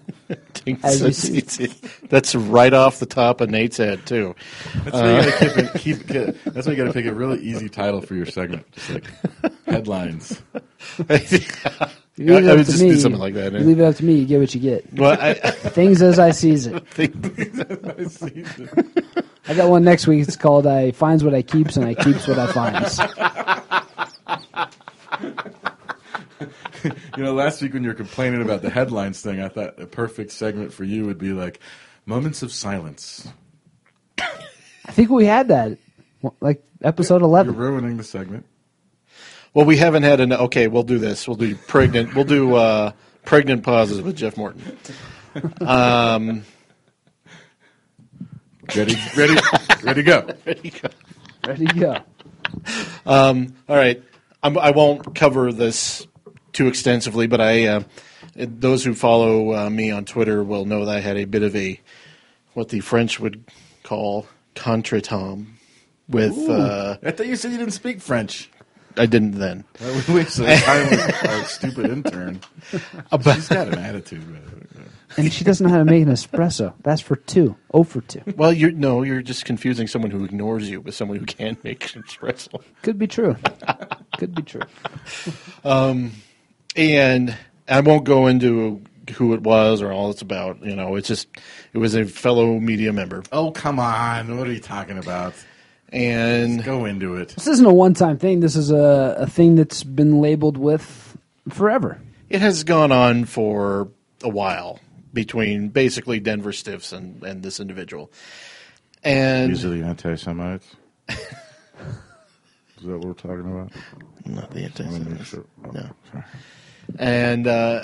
As you see. *laughs* That's right off the top of Nate's head too. *laughs* That's why you gotta keep it, keep, it- that's why you got to pick a really easy title for your segment. Just like headlines. You leave I- I it would up to just me, do something like that, You yeah. leave it up to me. You get what you get. well, I, things as I sees it. *laughs* I got one next week. It's called "I finds what I keeps and I keeps what I finds." You know, last week when you were complaining about the headlines thing, I thought a perfect segment for you would be like moments of silence. I think we had that, like episode You're eleven. ruining the segment. well, we haven't had an okay. We'll do this. We'll do pregnant. We'll do uh, pregnant pauses with Jeff Morton. Ready, ready, ready, go. Ready to go. All right, I'm, I won't cover this too extensively, but I uh, it- those who follow uh, me on Twitter will know that I had a bit of a what the French would call contretemps with uh, I thought you said you didn't speak French. I didn't then. That was a waste of time with our stupid intern. She's got an attitude. by the way. And she doesn't know how to make an espresso. That's for two. Oh for two. Well, you're no, you're just confusing someone who ignores you with someone who can *laughs* make an espresso. Could be true. Could be true. and I won't go into who it was or all it's about. You know, it's just it was a fellow media member, Oh come on! What are you talking about? and Go into it. This isn't a one-time thing. This is a, a thing that's been labeled with forever. it has gone on for a while between basically Denver Stiffs and and this individual. And anti-Semites. Is that what we're talking about? not the anti No. Oh, Sorry. and uh,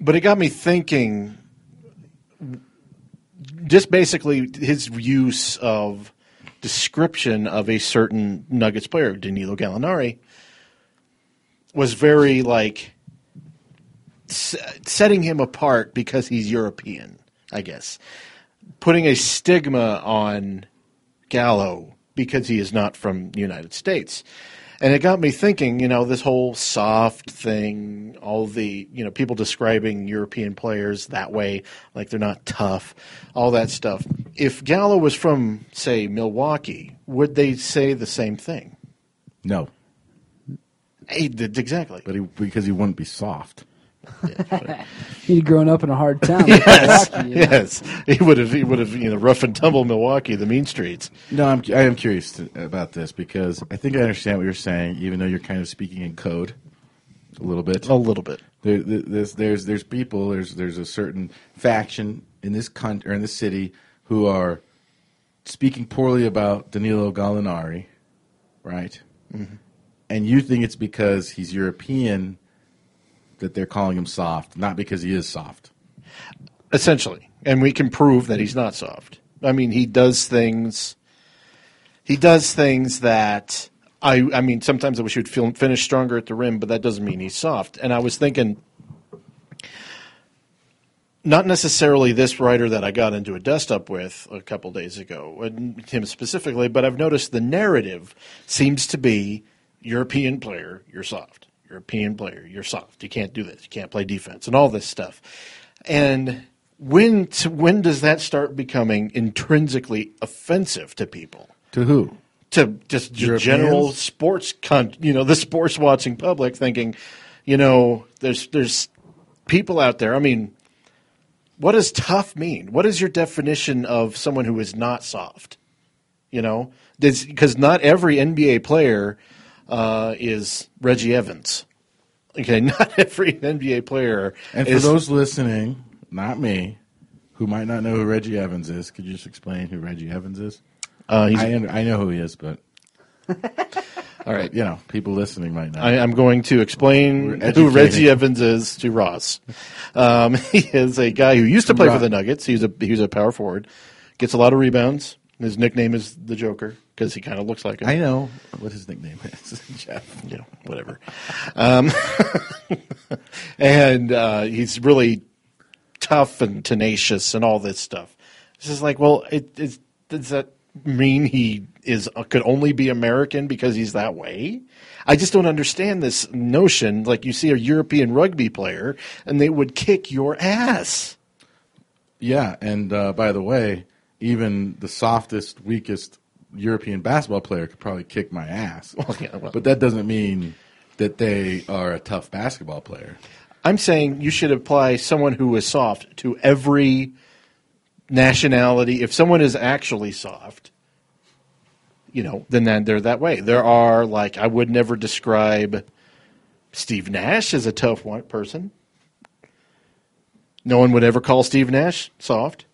but it got me thinking just basically his use of description of a certain nuggets player danilo gallinari was very like s- setting him apart because he's european i guess putting a stigma on gallo because he is not from the united states And it got me thinking, you know, this whole soft thing, all the, you know, people describing European players that way, like they're not tough, all that stuff. If Gallo was from, say, Milwaukee, would they say the same thing? No, Hey, th- Exactly. but he, because he wouldn't be soft. He'd grown up in a hard town. yes, Milwaukee, you know. *laughs* yes. He would have, he would have, you know, rough and tumble Milwaukee, the mean streets. No, I'm, I am curious to, about this because I think I understand what you're saying, even though you're kind of speaking in code a little bit. A little bit. There, there- there's there's there's people there's there's a certain faction in this country or in this city who are speaking poorly about Danilo Gallinari, right? And you think it's because he's European that they're calling him soft, not because he is soft. essentially. And we can prove that he's not soft. I mean, he does things. He does things that I. I mean, sometimes I wish he would feel, finish stronger at the rim, but that doesn't mean he's soft. And I was thinking, not necessarily this writer that I got into a dust up with a couple days ago, and him specifically, but I've noticed the narrative seems to be European player, you're soft. European player, you're soft. You can't do this. You can't play defense, and all this stuff. And when when does that start becoming intrinsically offensive to people? To who? to just the Europeans? general sports con- you know the sports watching public thinking you know there's there's people out there i mean what does tough mean what is your definition of someone who is not soft you know because not every nba player uh, is reggie evans okay *laughs* not every nba player And for is those listening, not me, who might not know who Reggie Evans is, could you just explain who Reggie Evans is? uh, he's- I, under, I know who he is, but *laughs* all right you know, people listening might not. I, I'm going to explain We're who Reggie educating. Evans is to Ross. Um, *laughs* he is a guy who used to play for the Nuggets. He's a he's a power forward, gets a lot of rebounds. His nickname is the Joker because he kind of looks like him. I know what his nickname is, *laughs* Jeff. you know, whatever. Um, *laughs* and uh, he's really tough and tenacious and all this stuff. It's just like, well, it, it's, does that mean he is uh, could only be American because he's that way? I just don't understand this notion. Like you see a European rugby player, and they would kick your ass. Yeah, and uh, by the way, even the softest, weakest European basketball player could probably kick my ass. yeah, well- But that doesn't mean that they are a tough basketball player. I'm saying you should apply someone who is soft to every nationality. If someone is actually soft, you know, then that- they're that way. There are like I would never describe Steve Nash as a tough white person. No one would ever call Steve Nash soft.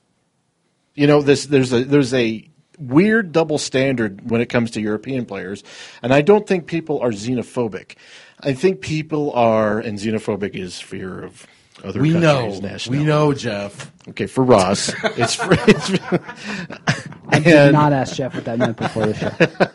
You know, this there's a there's a weird double standard when it comes to European players, and I don't think people are xenophobic. I think people are, and xenophobic is fear of other We know, countries' nationality. we know, Jeff. Okay, for Ross, it's, *laughs* for, it's I did not ask Jeff what that meant before the show.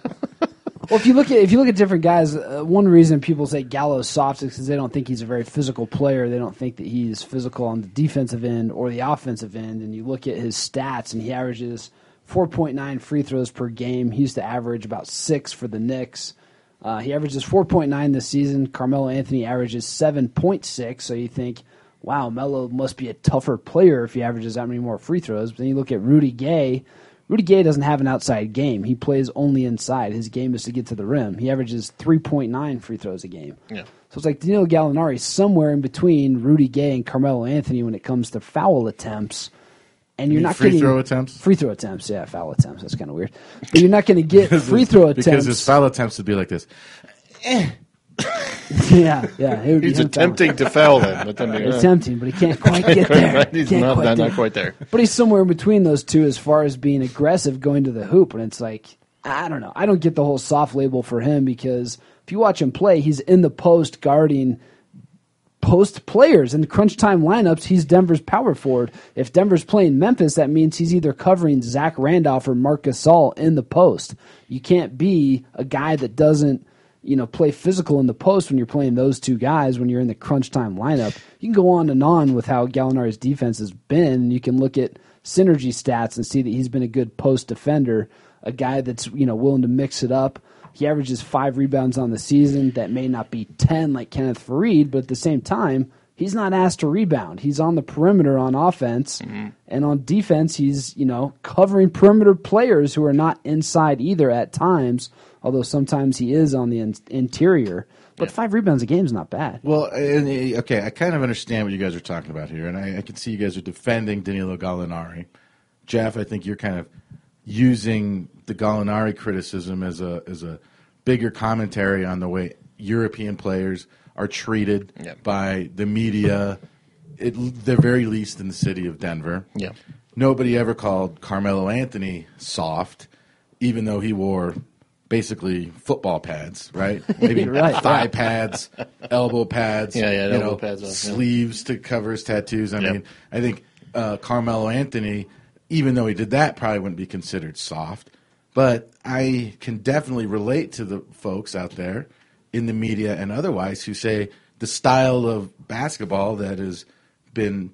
Well, if you look at if you look at different guys, uh, one reason people say Gallo's soft is because they don't think he's a very physical player. They don't think that he's physical on the defensive end or the offensive end. And you look at his stats, and he averages 4.9 free throws per game. He used to average about six for the Knicks. Uh, he averages 4.9 this season. Carmelo Anthony averages 7.6. So you think, wow, Melo must be a tougher player if he averages that many more free throws. But then you look at Rudy Gay. Rudy Gay doesn't have an outside game. He plays only inside. His game is to get to the rim. He averages 3.9 free throws a game. Yeah. So it's like Danilo Gallinari is somewhere in between Rudy Gay and Carmelo Anthony when it comes to foul attempts. And you're mean not free getting throw attempts? Free throw attempts, yeah, foul attempts. That's kind of weird. But you're not going to get *laughs* free throw attempts because his foul attempts would be like this. yeah, yeah. It would be he's him fouling. attempting to foul them, but then they- *laughs* Attempting, but he can't quite get there. He's Can't not, quite not, there. not quite there. But he's somewhere in between those two as far as being aggressive going to the hoop. And it's like, I don't know. I don't get the whole soft label for him because if you watch him play, he's in the post guarding post players. In the crunch time lineups, he's Denver's power forward. If Denver's playing Memphis, that means he's either covering Zach Randolph or Marcus Gasol in the post. You can't be a guy that doesn't, you know, play physical in the post when you're playing those two guys when you're in the crunch time lineup. You can go on and on with how Gallinari's defense has been. You can look at synergy stats and see that he's been a good post defender, a guy that's, you know, willing to mix it up He averages five rebounds on the season. That may not be 10 like Kenneth Farid, but at the same time, he's not asked to rebound. He's on the perimeter on offense, and on defense, he's, you know, covering perimeter players who are not inside either at times, although sometimes he is on the in- interior. But five rebounds a game is not bad. Well, and, uh, okay, I kind of understand what you guys are talking about here, and I, I can see you guys are defending Danilo Gallinari. Jeff, I think you're kind of using the Gallinari criticism as a as a bigger commentary on the way European players are treated Yeah. by the media, at l- the very least in the city of Denver. Yeah. Nobody ever called Carmelo Anthony soft, even though he wore basically football pads, right? *laughs* Maybe *laughs* Right, thigh right. pads, elbow pads, Yeah, yeah, you elbow know, pads, uh, yeah. sleeves to cover his tattoos. I Yep. mean, I think uh, Carmelo Anthony, even though he did that, probably wouldn't be considered soft. But I can definitely relate to the folks out there in the media and otherwise who say the style of basketball that has been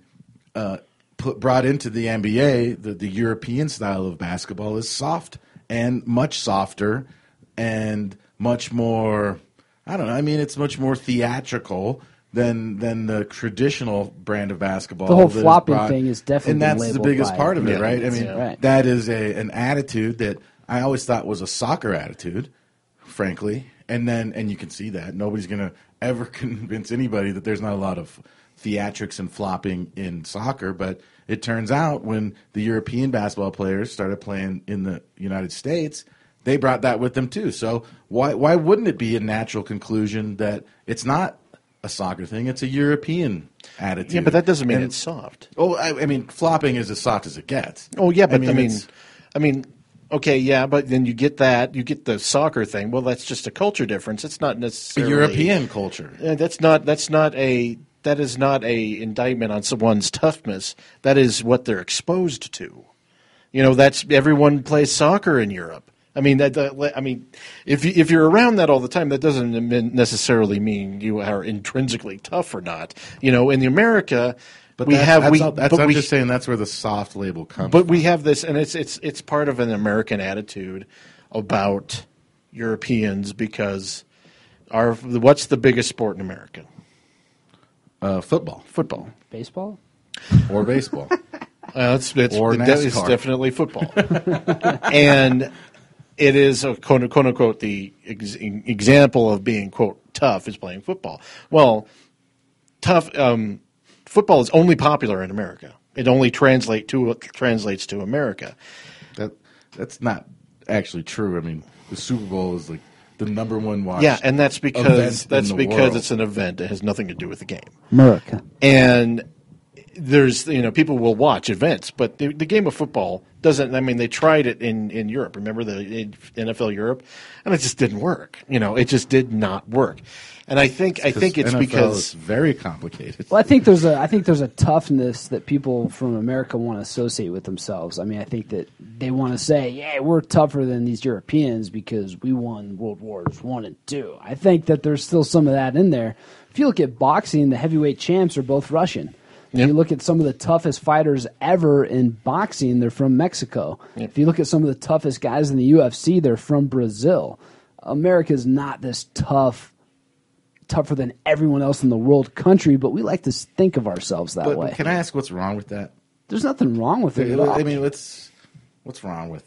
uh, put, brought into the NBA, the, the European style of basketball is soft and much softer and much more. I don't know. I mean, it's much more theatrical than than the traditional brand of basketball. The whole that is flopping brought- thing is definitely and that's the labeled biggest by- part of it, Yeah. right? I mean, Yeah. Right. that is a an attitude that I always thought was a soccer attitude, frankly. And then and you can see that nobody's going to ever *laughs* convince anybody that there's not a lot of theatrics and flopping in soccer, but it turns out when the European basketball players started playing in the United States, they brought that with them too. So why why wouldn't it be a natural conclusion that it's not a soccer thing, it's a European attitude. Yeah, but that doesn't mean And- it's soft. Oh, I, I mean, flopping is as soft as it gets. Oh yeah, but I mean, I mean, it's- okay, yeah, but then you get that, you get the soccer thing. Well, that's just a culture difference. It's not the necessarily European culture. Uh, that's not that's not a that is not a indictment on someone's toughness. That is what they're exposed to. You know, that's everyone plays soccer in Europe. I mean, that, that I mean, if you, if you're around that all the time, that doesn't mean- necessarily mean you are intrinsically tough or not. You know, in the America, but we that's, have that's we all- that's- but I'm we, just saying that's where the soft label comes. but from. we have this, and it's it's it's part of an American attitude about Europeans because our what's the biggest sport in America? uh, football Football. Baseball? or baseball. *laughs* Uh, it's, it's, Or it de- it's NASCAR. definitely football. *laughs* and it is, a, quote, quote unquote, the ex- example of being, quote, tough is playing football. Well, tough um, football is only popular in America. It only translate to translates to America. that that's not actually true. I mean, the Super Bowl is like the number one watch. Yeah, and that's event because in that's the because world. it's an event that has nothing to do with the game. America. and there's you know people will watch events, but the, the game of football doesn't. I mean, they tried it in in Europe. Remember the in NFL Europe, and it just didn't work. You know, it just did not work. And I think I think it's NFL is because very complicated. Well, I think there's a I think there's a toughness that people from America want to associate with themselves. I mean, I think that they want to say, "Yeah, we're tougher than these Europeans because we won World Wars One and Two. I think that there's still some of that in there. If you look at boxing, the heavyweight champs are both Russian. If you look at some of the toughest fighters ever in boxing, they're from Mexico. If you look at some of the toughest guys in the UFC, they're from Brazil. America's not this tough tougher than everyone else in the world country, but we like to s- think of ourselves that But way. can I ask what's wrong with that? There's nothing wrong with it at all. I mean, what's what's wrong with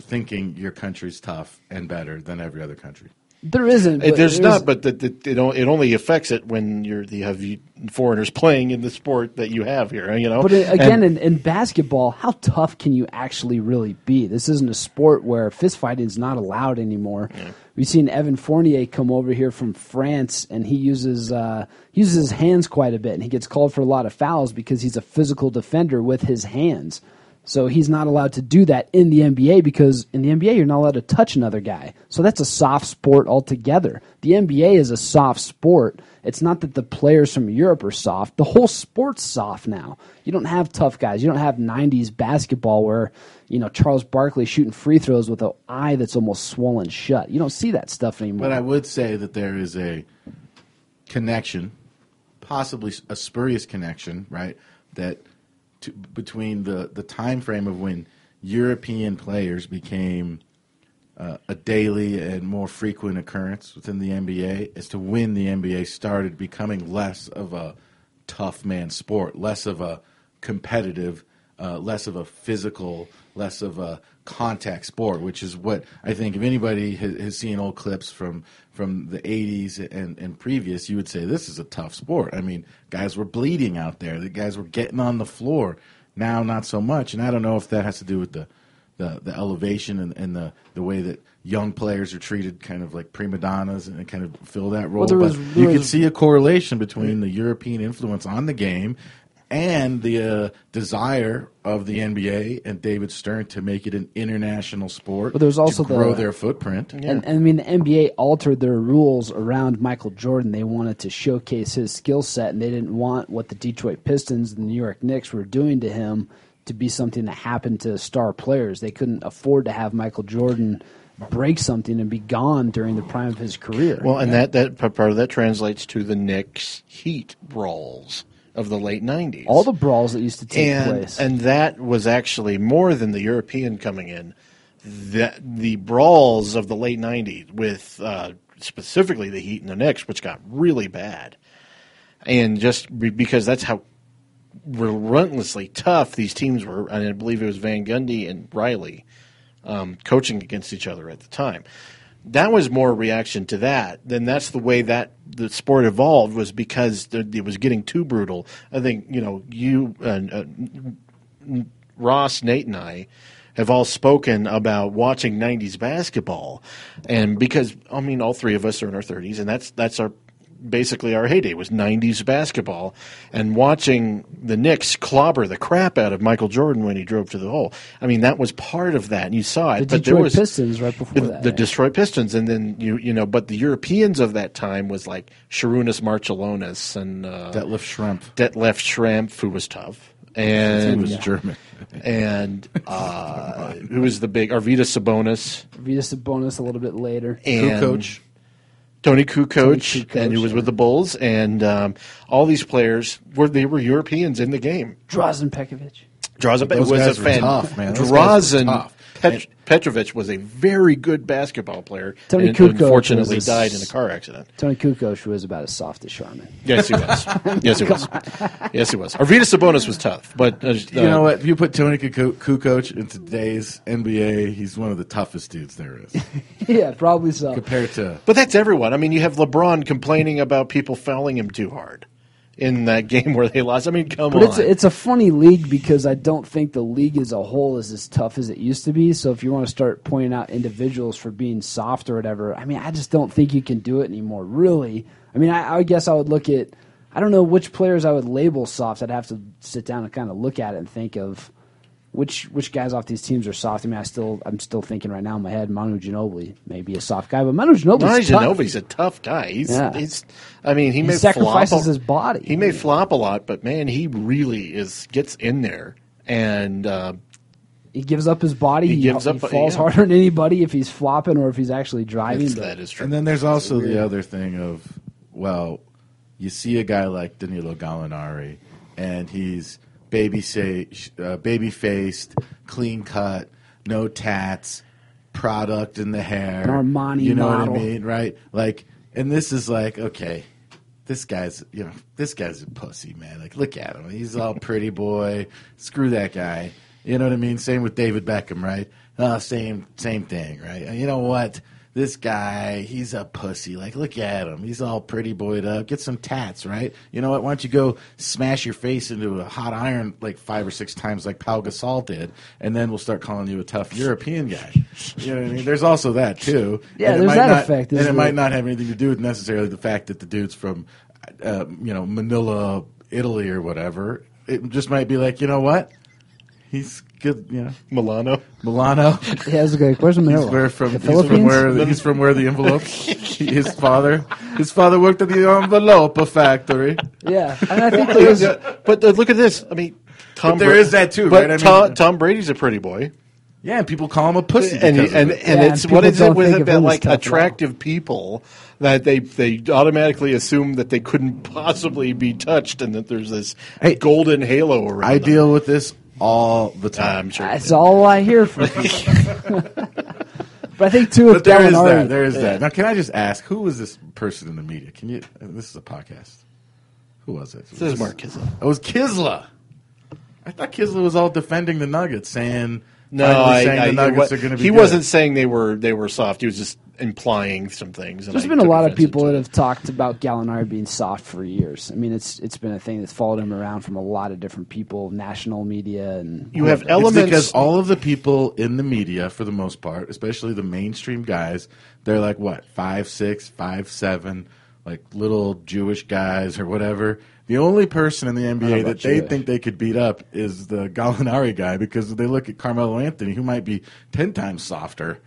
thinking your country's tough and better than every other country? there isn't. it, But there's there not. is- But the, the, it on- it only affects it when you're the have you foreigners playing in the sport that you have here. You know, But uh, again, And- in, in basketball, how tough can you actually really be? This isn't a sport where fist fighting is not allowed anymore. We've seen Evan Fournier come over here from France, and he uses uh, he uses his hands quite a bit, and he gets called for a lot of fouls because he's a physical defender with his hands. So he's not allowed to do that in the NBA because in the NBA you're not allowed to touch another guy. So that's a soft sport altogether. The NBA is a soft sport. It's not that the players from Europe are soft. The whole sport's soft now. You don't have tough guys. You don't have 90s basketball where, you know, Charles Barkley shooting free throws with an eye that's almost swollen shut. You don't see that stuff anymore. But I would say that there is a connection, possibly a spurious connection, right? That to, between the the time frame of when European players became uh, a daily and more frequent occurrence within the NBA as to when the NBA started becoming less of a tough man sport, less of a competitive, uh, less of a physical, less of a contact sport, which is what I think if anybody has, has seen old clips from from the 80s and, and previous, you would say this is a tough sport. I mean, guys were bleeding out there. The guys were getting on the floor. Now, not so much. And I don't know if that has to do with the the, the elevation and, and the, the way that young players are treated kind of like prima donnas and kind of fill that role. there but was- you there can was- see a correlation between the European influence on the game and the uh, desire of the NBA and David Stern to make it an international sport. But there's also to grow the- their footprint. And, and I mean, the NBA altered their rules around Michael Jordan. They wanted to showcase his skill set, and they didn't want what the Detroit Pistons and the New York Knicks were doing to him to be something that happened to star players. They couldn't afford to have Michael Jordan break something and be gone during the prime of his career. Well, and that, that p- part of that translates to the Knicks Heat brawls of the late 90s. all the brawls that used to take and, place. and that was actually more than the European coming in. That the brawls of the late '90s, with uh, specifically the Heat and the Knicks, which got really bad, and just be- because that's how relentlessly tough these teams were, and I believe it was Van Gundy and Riley um, coaching against each other at the time. That was more a reaction to that. Then that's the way that the sport evolved was because th- it was getting too brutal. I think you know you and uh, Ross, Nate, and I have all spoken about watching '90s basketball, and because I mean, all three of us are in our 30s, and that's that's our basically our heyday was '90s basketball, and watching the Knicks clobber the crap out of Michael Jordan when he drove to the hole. I mean, that was part of that, and you saw it. the but there Detroit was Pistons right before the, that. eh? the Detroit Pistons, and then you you know, but the Europeans of that time was like Sharunas Marcellonis and uh, Detlef Schrempf. Detlef Schrempf, who was tough, He and was German. and uh, who was the big Arvita Sabonis Vitas Sabonis a little bit later. and Kukoc. Tony Kukoc, Kukoc, and who was with the Bulls, and um, all these players were they were Europeans in the game. Drazen Pekovic. Drazen Those was guys a were fan. tough, man. Those guys were Drazen tough. Pet- And- Petrovic was a very good basketball player. Tony and Kukoc unfortunately was- died in a car accident. Tony Kukoc was about as soft as Charmin. Yes, he was. yes, he was. Yes, he was. Arvita Sabonis was tough, but uh, You know what? If you put Tony Kuko- Kukoc in today's NBA, he's one of the toughest dudes there *laughs* is. *laughs* yeah, probably so. Compared to But that's everyone. I mean, you have LeBron complaining about people fouling him too hard in that *laughs* game where they lost. I mean, come But on. it's it's a funny league because I don't think the league as a whole is as tough as it used to be. So if you want to start pointing out individuals for being soft or whatever, I mean, I just don't think you can do it anymore. Really, I mean, I, I guess I would look at I don't know which players I would label soft. I'd have to sit down and kind of look at it and think of which which guys off these teams are soft. I mean, I still I'm still thinking right now in my head, Manu Ginobili may be a soft guy, but Manu Lonnie Ginobili's tough. Ginobili's a tough guy. He's, Yeah. he's I mean, he, may sacrifices flop a- his body. He may flop a lot, but man, he really is gets in there and uh, He gives up his body. He, He gives he up- falls yeah. harder than anybody if he's flopping or if he's actually driving. it's- but- that is true. And then there's also the other thing of, well, you see a guy like Danilo Gallinari, and he's baby say, uh, baby faced, clean cut, no tats, product in the hair, An Armani You know model. what I mean, right? Like, and this is like, okay, this guy's, you know, this guy's a pussy, man. Like, look at him. He's all pretty boy. Screw that guy. You know what I mean? Same with David Beckham, right? Uh, same, same thing, right? And you know what? This guy, he's a pussy. Like, look at him. He's all pretty boyed up. Get some tats, right? You know what? Why don't you go smash your face into a hot iron like five or six times, like Pau Gasol did, and then we'll start calling you a tough European guy. You know what I mean? There's also that too. Yeah, And it there's might that not- effect, And it isn't might it? not have anything to do with necessarily the fact that the dude's from, uh, you know, Manila, Italy, or whatever. It just might be like, you know what? He's good, you know, *laughs* Milano. Milano. Yeah, that's a good question. He's Manolo. where from? The He's from Philippines? where? He's from where the envelope. his father. His father worked at the envelope factory. Yeah, and I think there was. but uh, look at this. I mean, Tom But there Bra- is that too, But right? I mean- Tom, Tom Brady's a pretty boy. Yeah, and people call him a pussy. and because of and, it. and Yeah, it's and what people is it don't with think it of that him as like tough at all. attractive people that they they automatically assume that they couldn't *laughs* possibly be touched and that there's this Hey, golden halo around. I them. deal with this all the time. I'm sure. *laughs* That's all I hear from people. But I think too if But there is Gallinari- that. There is that. Now, can I just ask who was this person in the media? Can you? This is a podcast. Who was it? This is Mark Kizla. It was Kisla. I thought Kisla was all defending the Nuggets, saying No, finally I, saying I, the Nuggets what- are going to be. he good. wasn't saying they were they were soft. He was just implying some things. and There's I been a took lot of offense people to that it. have talked about Gallinari being soft for years. I mean, it's it's been a thing that's followed him around from a lot of different people, national media, and You have It's elements because all of the people in the media, for the most part, especially the mainstream guys, they're like what five six, five seven, like little Jewish guys or whatever. The only person in the NBA about that they Jewish. think they could beat up is the Gallinari guy because they look at Carmelo Anthony, who might be ten times softer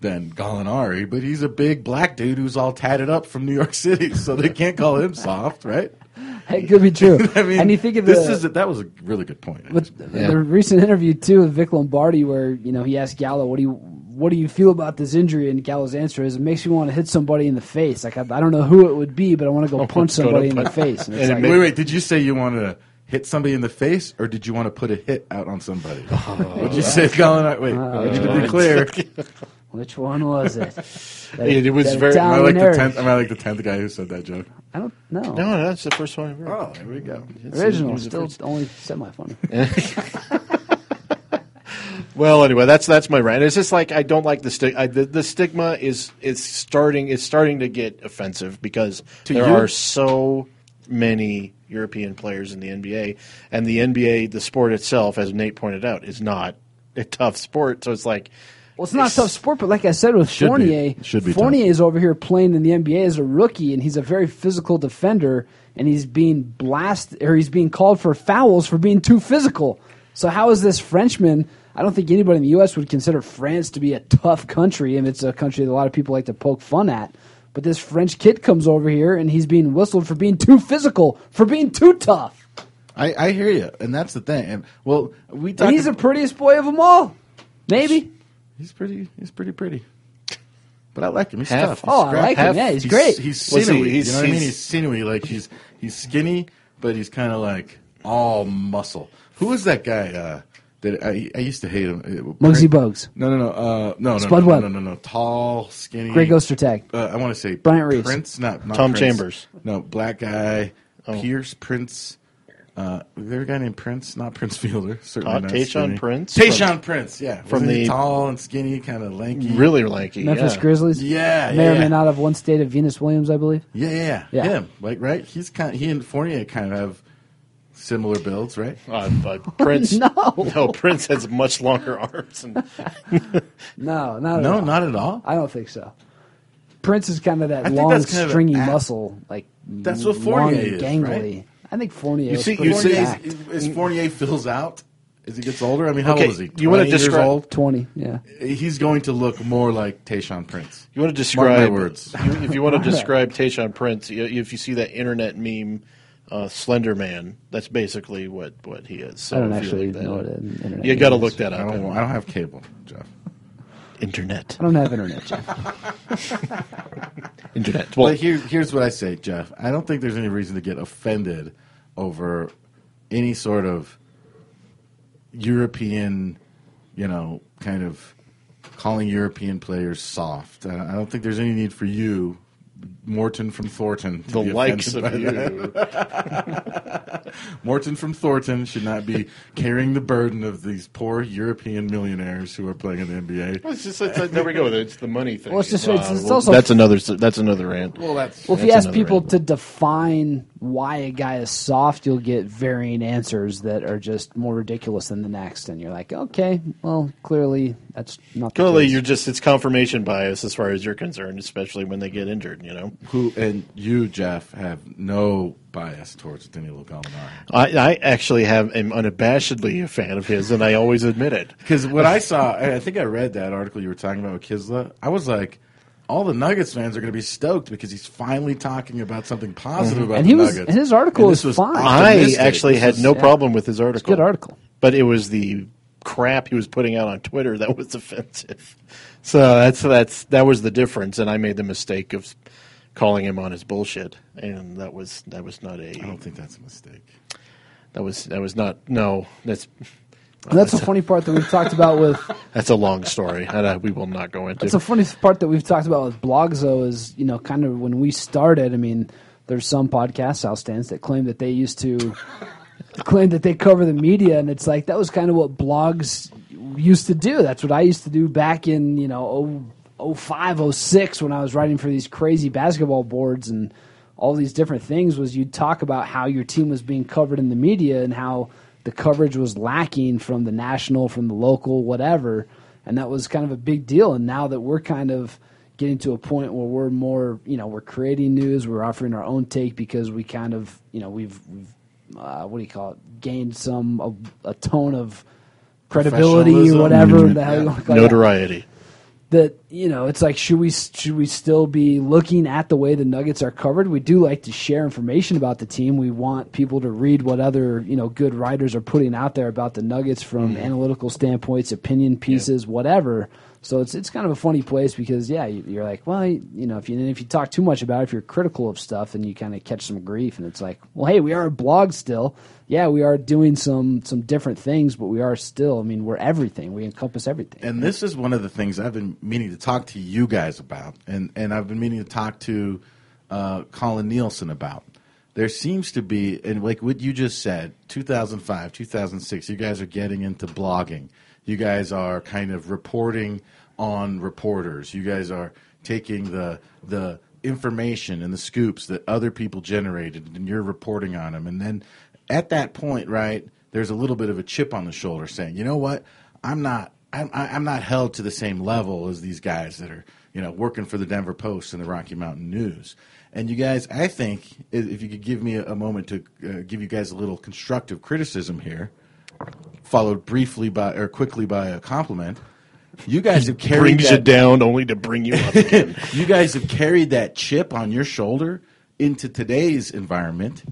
than Gallinari, but he's a big black dude who's all tatted up from New York City, so they can't call him soft, right? *laughs* it could be true. *laughs* I mean, and you think of the, this is a, that was a really good point. But the recent interview too with Vic Lombardi, where you know he asked Gallo, "What do you what do you feel about this injury?" And Gallo's answer is, "It makes me want to hit somebody in the face. Like I, I don't know who it would be, but I want to go punch *laughs* go to somebody in the punch- face." And it's And it like, may- Wait, wait. Did you say you want to hit somebody in the face, or did you want to put a hit out on somebody? Oh. *laughs* Would you say, Colin? Uh, Wait, I need to be clear. which one was *laughs* it? That- It was that very- Am I Italian like the Irish. tenth? Am I like the tenth guy who said that joke? I don't know. No, no, that's the first one I've heard. Oh, here we go. It Original, was the still first- only semi funny. Well, anyway, that's that's my rant. It's just like I don't like the stigma. The, the stigma is it's starting it's starting to get offensive because there you? are so many European players in the NBA, and the NBA, the sport itself, as Nate pointed out, is not a tough sport. So it's like, Well, it's not a tough sport, but like I said with Should be. Fournier, Should be Fournier tough. is over here playing in the NBA as a rookie, and he's a very physical defender, and he's being blasted or he's being called for fouls for being too physical. So how is this Frenchman? I don't think anybody in the U.S. would consider France to be a tough country, and it's a country that a lot of people like to poke fun at. But this French kid comes over here, and he's being whistled for being too physical, for being too tough. I, I hear you, and that's the thing. And well, we And talked. he's the prettiest boy of them all, maybe. he's pretty. He's pretty pretty. But I like him. He's Half- tough. Oh, I like him. Yeah, he's great. He's Well, see, sinewy. he's- you know what I mean? he's- He's sinewy. Like he's he's skinny, but he's kind of like all muscle. Who was that guy uh, that I, I used to hate him? It- Muggsy Bogues, No, no, no, uh, no, no, Spud no, Webb. no, no, no, tall, skinny. Greg Ostertag. Uh, I want to say Bryant Reeves. Prince, not, not Tom Prince. Chambers. Oh. No, black guy, Pierce Prince. Uh, was there a guy named Prince, not Prince Fielder. Certainly Uh, not. Tayshaun skinny. Prince? Tayshawn Prince. Yeah, from Wasn't he the- tall and skinny, kind of lanky. really lanky. Memphis yeah. Grizzlies. Yeah, may yeah, or may yeah. not have one state of Venus Williams, I believe. Yeah, yeah, Yeah. yeah. Him, like, right? He's kind. He and Fournier kind of have similar builds, right? Uh, *laughs* but Prince, No. no, Prince has much longer *laughs* arms. And, No, not at No, Uh, all. not at all. I don't think so. Prince is kind of that I think long, that's kind of stringy an ab- muscle, like That's what long, Fournier is, gangly. right? I think Fournier. You is see- pretty you see- jacked. is, is Fournier fills out as he gets older. I mean, how Okay, old is he? you wanna 20 years describe- old? twenty. Yeah, he's going to look more like Tayshawn Prince. You want to Mark describe my words. You, *laughs* if you want *laughs* to describe Tayshawn Prince, you, if you see that internet meme, uh, Slender Man, that's basically what, what he is. So I don't if you actually look that know up- what an internet You got to is. look that I up. don't. want- I don't have cable, Jeff. Internet, I don't have internet. *laughs* Jeff. internet. Well, but here, here's what I say, Jeff. I don't think there's any reason to get offended over any sort of European, you know, kind of calling European players soft. I I don't think there's any need for you, Morton from Thornton, to the be likes offended of by *laughs* that. you. Morton from Thornton should not *laughs* be carrying the burden of these poor European millionaires who are playing in the NBA. It's just, it's, like- there we go. with it. It's the money thing. Uh, Well, it's just- it's- it's well, also- that's another that's another rant. Well, that's Well, if you ask That's another people angle. to define why a guy is soft, you'll get varying answers that are just more ridiculous than the next, and you're like, okay, well, clearly that's not. the Clearly, case. you're just it's confirmation bias as far as you're concerned, especially when they get injured. You know, who and you, Jeff, have no bias towards Danilo Gallinari. I, I actually have am unabashedly a fan of his, and I always admit it. Because *laughs* what I saw, and I think I read that article you were talking about with Kisla. I was like, all the Nuggets fans are going to be stoked because he's finally talking about something positive Mm-hmm. about And the he was- Nuggets. his article And was this was fine. I optimistic. actually This had was- no problem with his article. good article. But it was the crap he was putting out on Twitter that was *laughs* offensive. So that's that's that was the difference, and I made the mistake of calling him on his bullshit, and that was that was not I Oh. a don't think that's a mistake. that was that was not no that's And that's a funny part that we've talked about with. That's a long story, and uh, we will not go into. That's a funny part that we've talked about with Blogzo is you know kind of when we started. I mean, there's some podcast house stands that claim that they used to claim that they cover the media, and it's like that was kind of what blogs used to do. That's what I used to do back in you know oh five oh six when I was writing for these crazy basketball boards and all these different things. Was you'd talk about how your team was being covered in the media and how the coverage was lacking from the national, from the local, whatever and that was kind of a big deal. And now that we're kind of getting to a point where we're more, you know, we're creating news, we're offering our own take because we kind of, you know, we've, we've uh, what do you call it, gained some a, a tone of credibility or Professionalism. whatever the hell you want to call it notoriety. that you know it's like should we should we still be looking at the way the nuggets are covered we do like to share information about the team we want people to read what other you know good writers are putting out there about the nuggets from analytical standpoints opinion pieces whatever so it's it's kind of a funny place because yeah you, you're like well you know if you and if you talk too much about it if you're critical of stuff then you kind of catch some grief and it's like well hey we are a blog still yeah we are doing some some different things but we are still i mean we're everything we encompass everything And this is one of the things I've been meaning to talk to you guys about, and, and I've been meaning to talk to uh, Colin Nielsen about. There seems to be, and like what you just said, 2005, 2006, you guys are getting into blogging. You guys are kind of reporting on reporters. You guys are taking the the information and the scoops that other people generated, and you're reporting on them. And then at that point, right, there's a little bit of a chip on the shoulder saying, you know what, I'm not, I'm, I- I'm not held to the same level as these guys that are, you know, working for the Denver Post and the Rocky Mountain News. And you guys, I think i- if you could give me a, a moment to uh, give you guys a little constructive criticism here, followed briefly by or quickly by a compliment. You guys have carried Brings you that down only to bring *laughs* you up again. *laughs* you guys have carried that chip on your shoulder into today's environment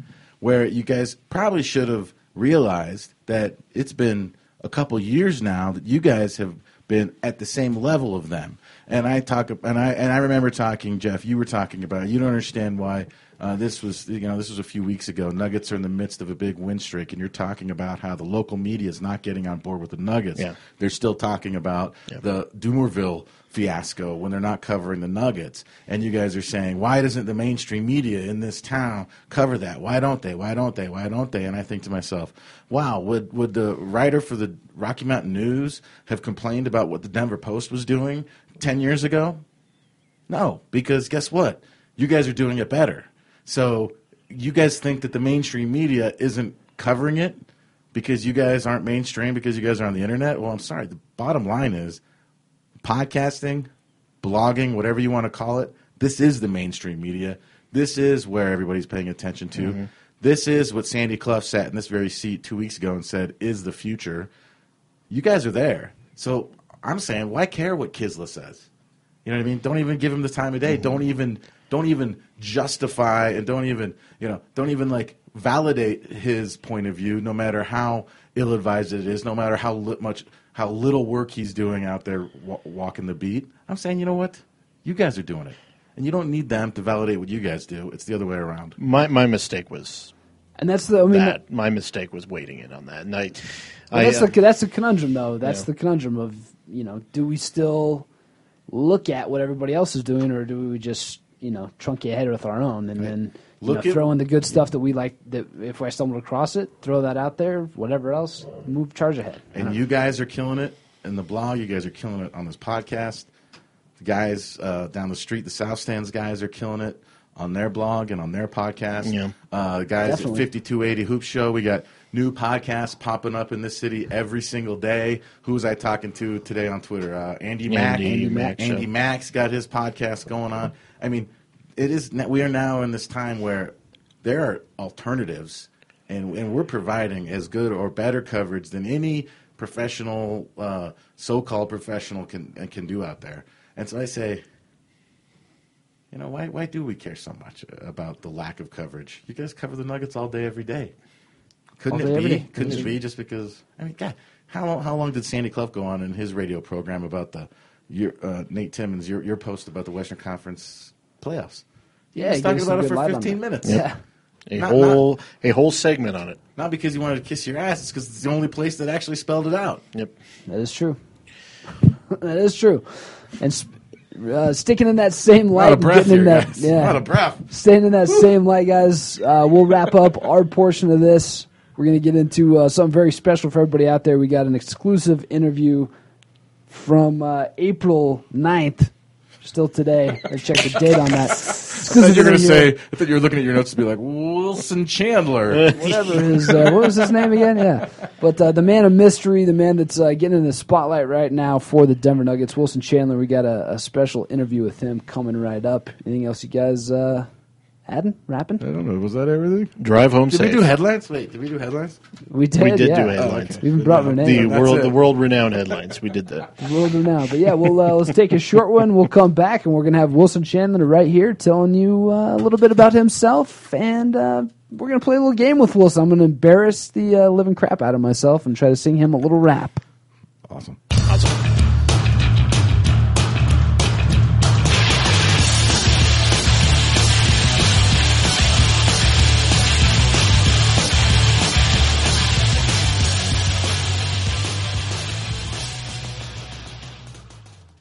where you guys probably should have realized that it's been a couple years now that you guys have been at the same level of them and i talk and i and i remember talking jeff you were talking about you don't understand why uh, this was you know this was a few weeks ago nuggets are in the midst of a big win streak and you're talking about how the local media is not getting on board with the nuggets Yeah. they're still talking about the Doomerville fiasco when they're not covering the Nuggets. And you guys are saying, why doesn't the mainstream media in this town cover that? Why don't they? Why don't they? Why don't they? And I think to myself, wow, would, would the writer for the Rocky Mountain News have complained about what the Denver Post was doing 10 years ago? No, because guess what? You guys are doing it better. So you guys think that the mainstream media isn't covering it because you guys aren't mainstream because you guys are on the internet? Well, I'm sorry. The bottom line is podcasting, blogging, whatever you want to call it, this is the mainstream media. This is where everybody's paying attention to. This is what Sandy Clough sat in this very seat two weeks ago and said is the future. You guys are there. So I'm saying, why care what Kisla says? You know what I mean? Don't even give him the time of day. Don't even don't even justify and don't even you know don't even like validate his point of view, no matter how ill advised it is, no matter how li- much how little work he's doing out there wa- walking the beat. I'm saying, you know what? You guys are doing it, and you don't need them to validate what you guys do. It's the other way around. My my mistake was and that's the i mean that. My mistake was waiting in on that, and I. Well, I that's uh, the that's the conundrum though. That's Yeah. the conundrum of you know, do we still look at what everybody else is doing, or do we just you know trunk ahead with our own and then you Look know, at- throw in the good stuff that we like? That if I stumble across it, throw that out there. Whatever else, move charge ahead. and you guys are killing it in the blog. You guys are killing it on this podcast. The guys uh, down the street, the South Stands guys, are killing it on their blog and on their podcast. Yeah. Uh, the guys Definitely. at 5280 Hoop Show, we got new podcasts popping up in this city every single day. Who was I talking to today on Twitter? Uh, Andy Mack. Andy Mack Show. Andy Max got his podcast going on. I mean, it is. We are now in this time where there are alternatives, and and we're providing as good or better coverage than any professional, uh, so-called professional can can do out there. And so I say, you know, why why do we care so much about the lack of coverage? You guys cover the Nuggets all day, every day. Couldn't All day, it every be? day. Couldn't it be just because? I mean, God, how long, how long did Sandy Clough go on in his radio program about the your uh, Nate Timmons your your post about the Western Conference playoffs? Yeah, he was he talking gave us some about it good for light on fifteen that. minutes. Yeah. A Not- whole a whole segment on it. Not because you wanted to kiss your ass, it's because it's the only place that actually spelled it out. Yep. That is true. *laughs* that is true. And sp- uh, sticking in that same light, Out of and breath getting here, in that, guys. yeah, Out of breath. staying in that same light, guys. Uh, we'll wrap up *laughs* our portion of this. We're gonna get into uh, something very special for everybody out there. We got an exclusive interview from uh, April 9th, still today. I check the date on that. I *laughs* thought you were going to Exclusive interview. say, I thought you were looking at your notes to be like, *laughs* Wilson Chandler. whatever his uh, what was his name again? Yeah, but uh, the man of mystery, the man that's uh, getting in the spotlight right now for the Denver Nuggets, Wilson Chandler. We got a, a special interview with him coming right up. Anything else you guys uh, adding, I rapping? don't know. Was that everything? Drive home Did safe. we do headlines? Wait, did we do headlines? We did, We did yeah. do headlines. We even brought Renee. The up. That's world it. the world renowned headlines. We did that. We'll do now, but yeah, we'll uh, let's take a short one. We'll come back, and we're gonna have Wilson Chandler right here telling you uh, a little bit about himself, and uh, we're gonna play a little game with Wilson. I'm gonna embarrass the uh, living crap out of myself and try to sing him a little rap. Awesome.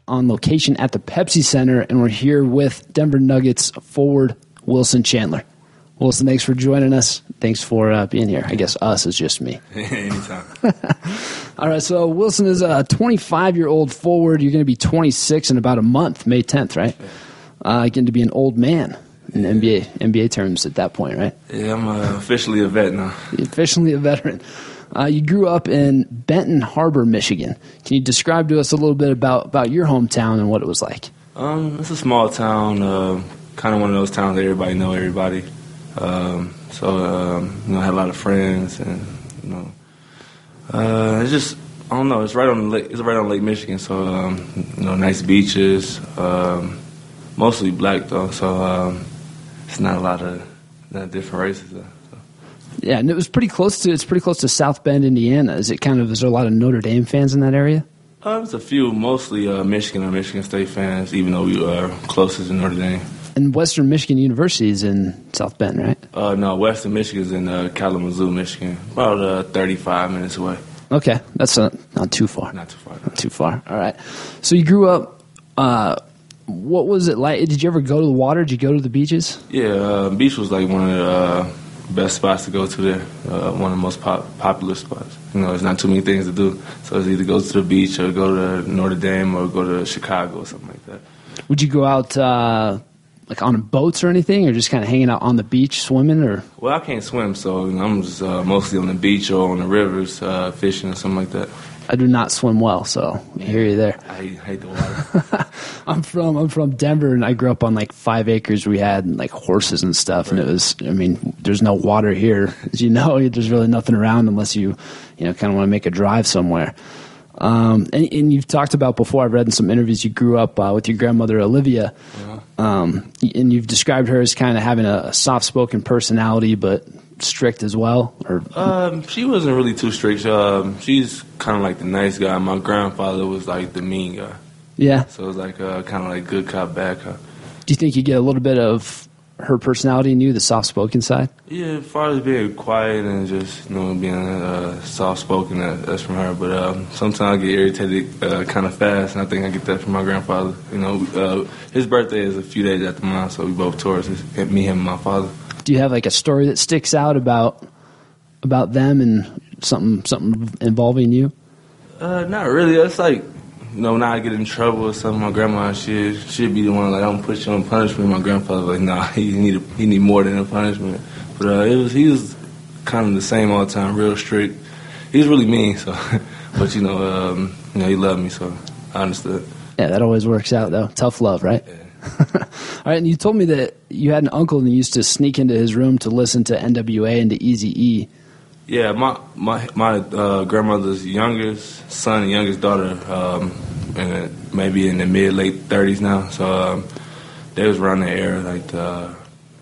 on location at the Pepsi Center, and we're here with Denver Nuggets forward Wilson Chandler. Wilson, thanks for joining us. Thanks for uh, being here. I guess us is just me. Anytime. *laughs* All right, so Wilson is a 25 year old forward. You're going to be 26 in about a month, May 10th, right? Uh, getting to be an old man in NBA NBA terms at that point, right? Yeah, I'm uh, officially a vet now. Officially a veteran. Uh, you grew up in Benton Harbor, Michigan. Can you describe to us a little bit about, about your hometown and what it was like? Um, it's a small town, uh, kind of one of those towns that everybody know everybody. Um, so um, you know, I had a lot of friends, and you know, uh, it's just I don't know. It's right on the lake, it's right on Lake Michigan, so um, you know, nice beaches. Um, mostly black though, so um, it's not a lot of not different races. Though, so. Yeah, and it was pretty close to it's pretty close to South Bend, Indiana. Is it kind of is there a lot of Notre Dame fans in that area? Uh, there's a few, mostly uh, Michigan or Michigan State fans, even though we are closest to Notre Dame. And Western Michigan University is in South Bend, right? Uh, no, Western Michigan's in uh, Kalamazoo, Michigan, about uh, 35 minutes away. Okay, that's not not too far. Not too far. Not too far. All right. So you grew up. Uh, what was it like? Did you ever go to the water? Did you go to the beaches? Yeah, uh, Beach was like one of the uh, best spots to go to there. Uh, one of the most pop- popular spots. You know, there's not too many things to do, so it's either go to the beach or go to Notre Dame or go to Chicago or something like that. Would you go out uh, like on boats or anything, or just kind of hanging out on the beach swimming? Or Well, I can't swim, so you know, I'm just uh, mostly on the beach or on the rivers uh, fishing or something like that. I do not swim well, so I hear you there. I hate, hate the water. I'm from I'm from Denver, and I grew up on like five acres. We had like horses and stuff, and it was I mean, there's no water here, *laughs* as you know. There's really nothing around unless you, you know, kind of want to make a drive somewhere. Um, and, and you've talked about before. I've read in some interviews you grew up uh, with your grandmother Olivia, um, and you've described her as kind of having a soft-spoken personality, but strict as well. Or um, she wasn't really too strict. Um, she's kind of like the nice guy. My grandfather was like the mean guy. yeah, So it's like uh, kind of like good cop, bad cop. do you think you get a little bit of her personality in you, the soft-spoken side? Yeah, as far as being quiet and just you know being uh, soft spoken, that, that's from her. But um, sometimes I get irritated uh, kind of fast, and I think I get that from my grandfather. You know, uh, his birthday is a few days after mine, so we both Tauruses. Hit me, him, and my father. do you have like a story that sticks out about about them and something something involving you? Uh, not really. It's like, you know, when I get in trouble or something, my grandma she she'd be the one like, "I'm gonna put you on punishment." My grandfather was like, "Nah, *laughs* he need a, he need more than a punishment." But uh, it was he was kind of the same all the time, real strict. He was really mean, so. *laughs* but you know, um, you know, he loved me, so I understood. Yeah, that always works out though. Tough love, right? *laughs* All right, and you told me that you had an uncle and you used to sneak into his room to listen to NWA and to Easy E. Yeah, my my my uh, grandmother's youngest son and youngest daughter, um, and maybe in the mid late thirties now. So um, they was around the era like the,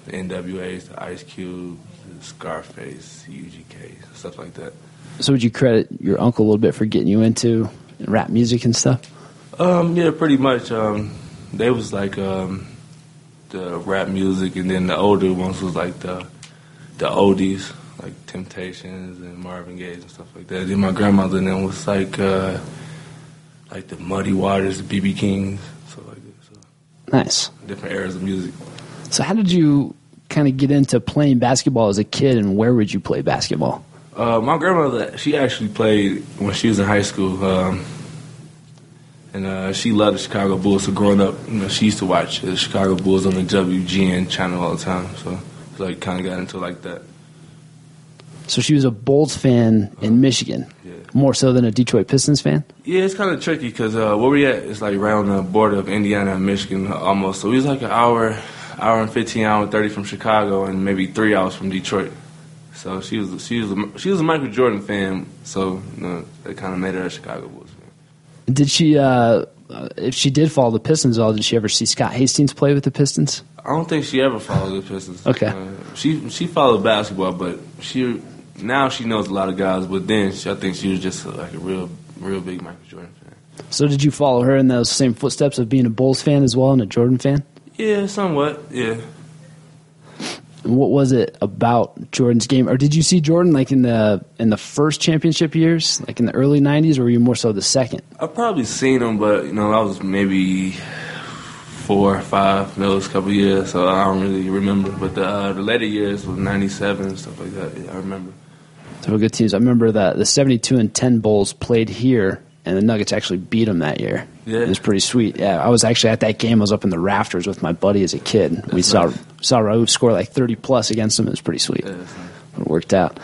the NWA's, the Ice Cube, the Scarface, UGK, stuff like that. So would you credit your uncle a little bit for getting you into rap music and stuff? Um, yeah, pretty much. Um, they was like um, the rap music, and then the older ones was like the the oldies, like Temptations and Marvin Gaye and stuff like that. Then my grandmother and then was like uh, like the Muddy Waters, the BB Kings, stuff like that. Nice. Different eras of music. So, how did you kind of get into playing basketball as a kid, and where would you play basketball? Uh, my grandmother, she actually played when she was in high school, um, and uh, she loved the Chicago Bulls. So growing up, you know, she used to watch the Chicago Bulls on the WGN channel all the time. So, like, kind of got into like that. So, she was a Bulls fan in Michigan, more so than a Detroit Pistons fan. Yeah, it's kind of tricky because uh, where we at is like right on the border of Indiana and Michigan almost. So we was like an hour, hour and fifteen, hour and thirty from Chicago, and maybe three hours from Detroit. So she was she was a, she was a Michael Jordan fan. So you know, that kind of made her a Chicago Bulls. Did she? Uh, uh, if she did follow the Pistons, at all did she ever see Scott Hastings play with the Pistons? I don't think she ever followed the Pistons. Okay. Uh, she she followed basketball, but she now she knows a lot of guys. But then she, I think she was just uh, like a real real big Michael Jordan fan. So, did you follow her in those same footsteps of being a Bulls fan as well and a Jordan fan? Yeah, somewhat. Yeah. And what was it about Jordan's game, or did you see Jordan like in the in the first championship years, like in the early '90s, or were you more so the second? I probably seen him, but you know I was maybe four or five those couple years, so I don't really remember. But the uh, the later years was '97 and stuff like that. Yeah, I remember. They were good teams. I remember that the 72 and 10 Bulls played here, and the Nuggets actually beat them that year. Yeah. It was pretty sweet. Yeah, I was actually at that game. I was up in the rafters with my buddy as a kid. we saw saw Raul score like 30 plus against them. It was pretty sweet. It worked out.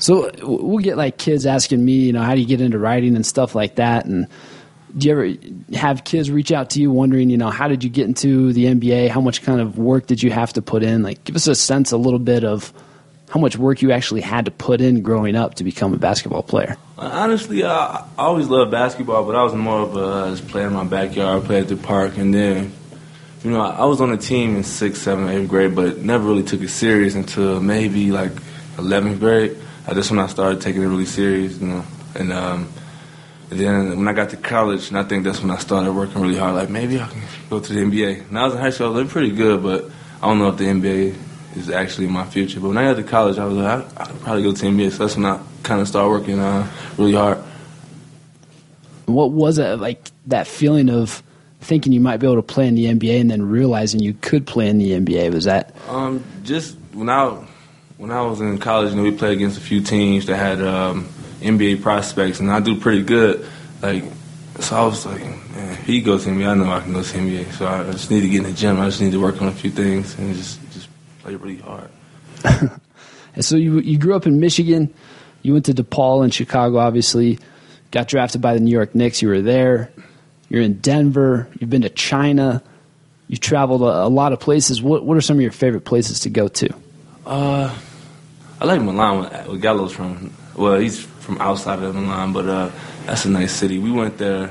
So w- we'll get like kids asking me, you know, how do you get into writing and stuff like that, and do you ever have kids reach out to you wondering, you know, how did you get into the NBA? How much kind of work did you have to put in? Like, give us a sense, a little bit of how much work you actually had to put in growing up to become a basketball player. Uh, Honestly, I, I always loved basketball, but I was more of a uh, just playing in my backyard, play at the park, and then, you know, I, I was on a team in sixth, seventh, eighth grade, but never really took it serious until maybe like eleventh grade. Uh, that's when I started taking it really serious, you know, and um, and then when I got to college, and I think that's when I started working really hard. Like maybe I can go to the NBA. When I was in high school, I was like, pretty good, but I don't know if the NBA is actually my future. But when I got to college, I was like, I, I could probably go to the NBA. So that's when I kind of started working uh, really hard. What was it like that feeling of thinking you might be able to play in the NBA and then realizing you could play in the NBA? Was that Um, just when I when I was in college, you know, we played against a few teams that had um, NBA prospects, and I do pretty good. Like, so I was like, man, if he goes to NBA, I know I can go to NBA. So I, I just need to get in the gym. I just need to work on a few things and just just play really hard. And so you you grew up in Michigan. You went to DePaul in Chicago, obviously. Got drafted by the New York Knicks. You were there. You're in Denver. You've been to China. You traveled a, a lot of places. What what are some of your favorite places to go to? Uh, I like Milan. where- Where Gallo's uh, from? Well, he's from outside of Milan, but uh, that's a nice city. We went there.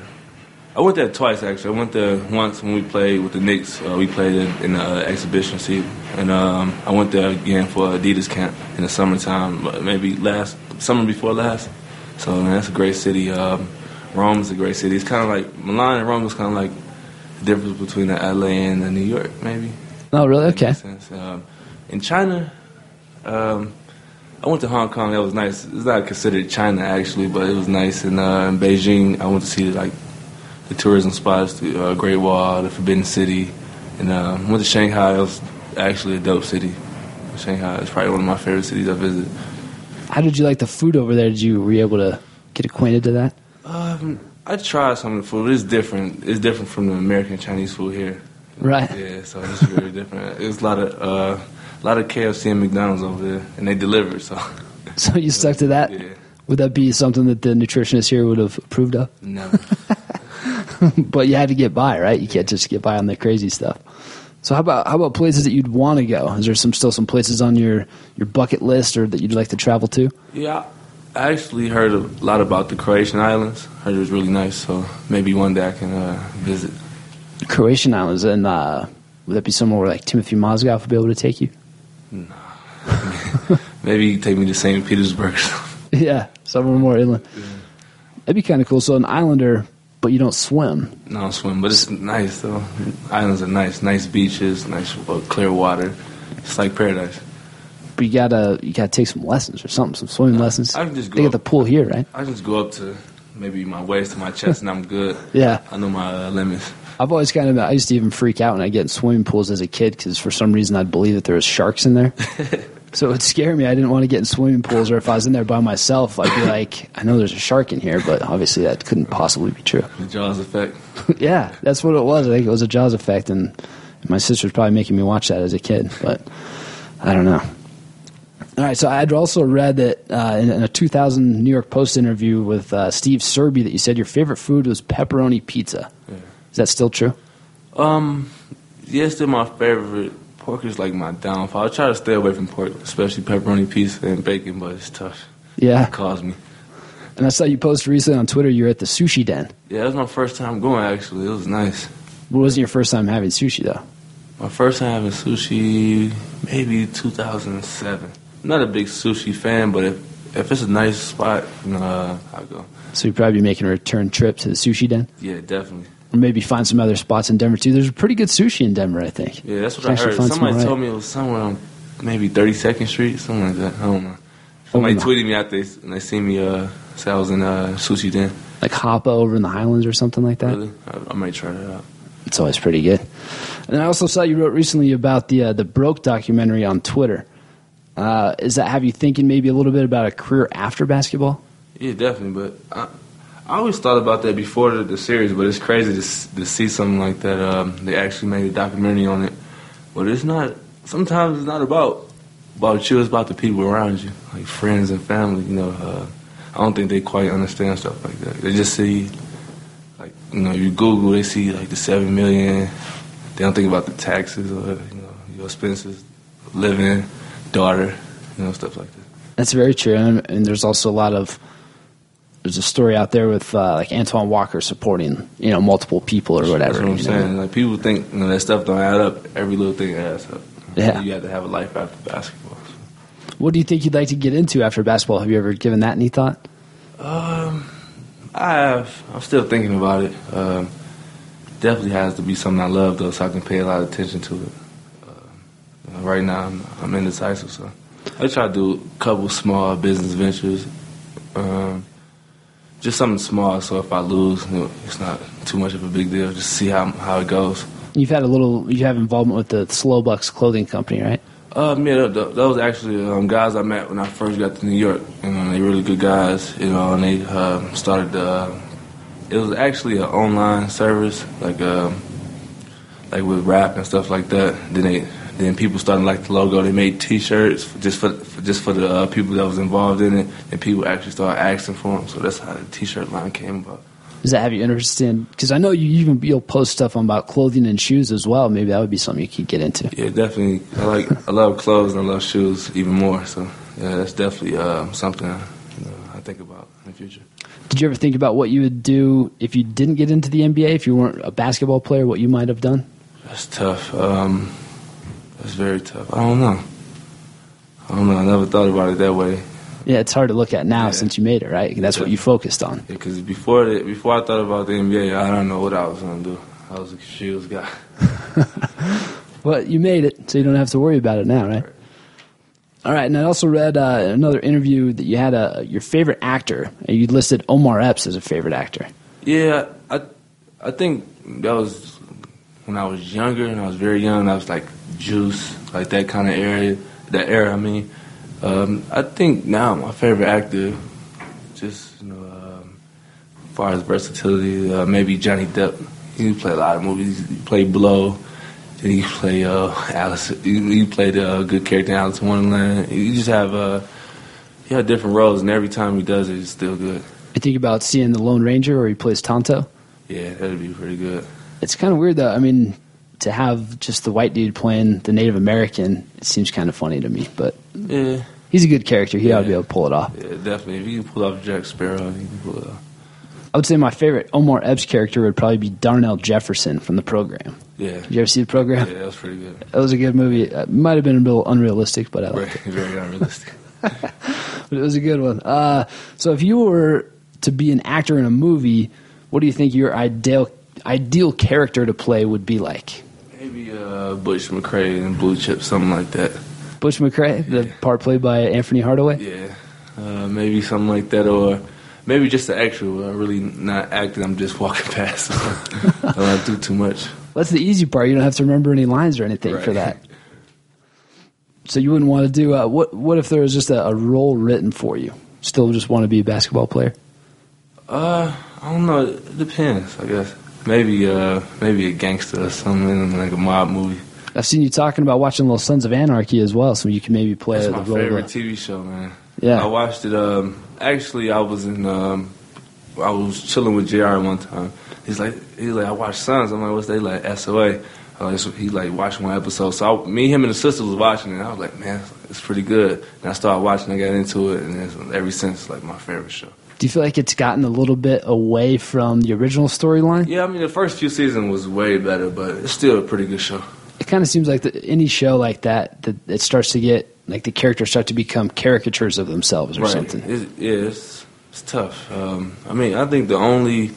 I went there twice actually. I went there once when we played with the Knicks. Uh, we played in, in the uh, exhibition season, and um, I went there again for Adidas camp in the summertime, but maybe last summer before last. So man, that's a great city. Um, Rome's a great city. It's kind of like Milan and Rome is kind of like the difference between the LA and the New York, maybe. Oh, really? Okay. Since, um, in China, um, I went to Hong Kong. That was nice. It's not considered China actually, but it was nice. And uh, in Beijing, I went to see like the tourism spots, the uh, Great Wall, the Forbidden City, and uh, went to Shanghai. It was actually a dope city. Shanghai is probably one of my favorite cities I visited. How did you like the food over there? Did you were you able to get acquainted to that? Um, I tried some of the food. It's different. It's different from the American Chinese food here. Right. Yeah, so it's very *laughs* different. It's a lot of uh, a lot of KFC and McDonald's over there, and they deliver. So *laughs* So you stuck to that. Yeah. Would that be something that the nutritionist here would have approved of? no. but you had to get by, right? You can't just get by on the crazy stuff. So how about how about places that you'd want to go? Is there some still some places on your your bucket list or that you'd like to travel to? Yeah, I actually heard a lot about the Croatian islands. Heard it was really nice, so maybe one day I can uh, visit. Croatian islands, and uh, would that be somewhere where like Timothy Mozgov would be able to take you? Maybe you take me to St. Petersburg. *laughs* *laughs* yeah, somewhere more inland. That'd be kind of cool. So an islander, but you don't swim. no, I don't swim, but it's nice though. Islands are nice, nice beaches, nice uh, clear water. It's like paradise. but you gotta you gotta take some lessons or something, some swimming lessons. I can just go they up- got the pool here, right? I just go up to maybe my waist to my chest, and I'm good. Yeah. I know my uh, limits. I've always kind of I used to even freak out when I get in swimming pools as a kid because for some reason I'd believe that there was sharks in there. so it would scare me. I didn't want to get in swimming pools, or if I was in there by myself, I'd be like, I know there's a shark in here, but obviously that couldn't possibly be true. *laughs* The Jaws effect. yeah, that's what it was. I think it was a Jaws effect, and my sister was probably making me watch that as a kid, but I don't know. All right, so I had also read that uh, in, in a 2000 New York Post interview with uh, Steve Serby that you said your favorite food was pepperoni pizza. Is that still true? Um, yes, they're my favorite. Pork is like my downfall. I try to stay away from pork, especially pepperoni pizza and bacon, but it's tough. Yeah. It caused me. And I saw you post recently on Twitter you were at the sushi den. Yeah, that was my first time going, actually. It was nice. It wasn't your first time having sushi, though. My first time having sushi, maybe 2007. I'm not a big sushi fan, but if, if it's a nice spot, you know, uh, I'll go. So you'd probably be making a return trip to the sushi den. Yeah, definitely. Or maybe find some other spots in Denver, too. There's a pretty good sushi in Denver, I think. Yeah, that's what Actually I heard. find some Somebody right. told me it was somewhere on maybe 32nd Street, something like that. I don't know. Somebody Hold on. tweeted me out there and they seen me, uh, say I was in uh, Sushi Den. Like Hoppa over in the Highlands or something like that. Really? I, I might try that out. It's always pretty good. And I also saw you wrote recently about the uh, the Broke documentary on Twitter. Uh, is that have you thinking maybe a little bit about a career after basketball? Yeah, definitely. But I, I always thought about that before the, the series, but it's crazy to, s- to see something like that. Um, they actually made a documentary on it. But it's not, sometimes it's not about about you, it's about the people around you, like friends and family. You know, uh, I don't think they quite understand stuff like that. They just see, like, you know, you Google, they see like the seven million. They don't think about the taxes or, you know, your expenses, living, daughter, you know, stuff like that. That's very true, and, and there's also a lot of there's a story out there with uh, like Antoine Walker supporting you know multiple people or whatever. That's what you I'm know? saying. Like people think you know, that stuff don't add up. Every little thing adds up. Yeah. You have to have a life after basketball. What do you think you'd like to get into after basketball? Have you ever given that any thought? Um, I have. I'm still thinking about it. Um, definitely has to be something I love though, so I can pay a lot of attention to it. Um, right now, I'm, I'm indecisive, so I try to do a couple small business ventures. Um, just something small, so if I lose, you know, it's not too much of a big deal. Just see how how it goes. You've had a little you have involvement with the Slow Bucks clothing company, right? Um, yeah, th- th- those actually um, guys I met when I first got to New York. You know, they really good guys. You know, and they um, started. Uh, it was actually an online service, like um, like with rap and stuff like that. Then they then people started to like the logo. They made T-shirts for, just for, for just for the uh, people that was involved in it, and people actually started asking for them. So that's how the T-shirt line came about. Does that have you interested in? Because I know you even you'll post stuff on about clothing and shoes as well. Maybe that would be something you could get into. Yeah, definitely. I like I love clothes and I love shoes even more. So yeah, that's definitely uh, something you know, I think about in the future. Did you ever think about what you would do if you didn't get into the NBA? If you weren't a basketball player, what you might have done? That's tough. Um, that's very tough. I don't know. I don't know. I never thought about it that way. Yeah, it's hard to look at now Yeah. since you made it, right? That's what you focused on. Because before the, before I thought about the NBA, I don't know what I was gonna do. I was a shoes guy. But you made it, so you don't have to worry about it now, right? All right, and I also read uh, another interview that you had a your favorite actor. and You listed Omar Epps as a favorite actor. Yeah, I I think that was when I was younger and I was very young. I was like Juice, like that kind of area, that era. I mean, um, I think now my favorite actor, just you know, um, as far as versatility, uh, maybe Johnny Depp. He played a lot of movies. He played Blow. And he played uh, Alice. He, he played uh, a good character in Alice in Wonderland. You just have uh, he had different roles, and every time he does it, it's still good. I think about seeing the Lone Ranger, where he plays Tonto. Yeah, that'd be pretty good. It's kind of weird, though. I mean, to have just the white dude playing the Native American, it seems kind of funny to me. But Yeah. he's a good character. He ought to be Yeah. able to pull it off. Yeah, definitely. If you can pull off Jack Sparrow, you can pull it off. I would say my favorite Omar Epps character would probably be Darnell Jefferson from the program. Yeah. Did you ever see the program? Yeah, that was pretty good. That was a good movie. It might have been a little unrealistic, but I liked Very, very unrealistic. it. But it was a good one. Uh, so if you were to be an actor in a movie, what do you think your ideal ideal character to play would be like? Maybe uh, Butch McCray and Blue Chip, something like that. Bush McRae, the part played by Anthony Hardaway. Yeah, uh, maybe something like that, or maybe just the actual. I'm really not acting. I'm just walking *laughs* past. I don't do too much. That's the easy part. You don't have to remember any lines or anything for Right. *laughs* that. So you wouldn't want to do uh, what? What if there was just a, a role written for you? Still, just want to be a basketball player. Uh, I don't know. It depends, I guess. Maybe, uh, maybe a gangster or something like a mob movie. I've seen you talking about watching Little Sons of Anarchy as well, so you can maybe play That's the my role. of- favorite TV show, man. Yeah. I watched it. Um, actually, I was in. Um, I was chilling with Jr. one time. He's like, he's like, I watched Sons. I'm like, what's they like? SOA. Uh, it's- he like watched one episode. So I, me, him, and the sister was watching it. And I was like, man, it's pretty good. And I started watching. I got into it, and it's, ever since, it's like my favorite show. Do you feel like it's gotten a little bit away from the original storyline? Yeah, I mean, the first few seasons was way better, but it's still a pretty good show. It kind of seems like the, any show like that that it starts to get like the characters start to become caricatures of themselves or something. It's, yeah, it's, it's tough. Um, I mean, I think the only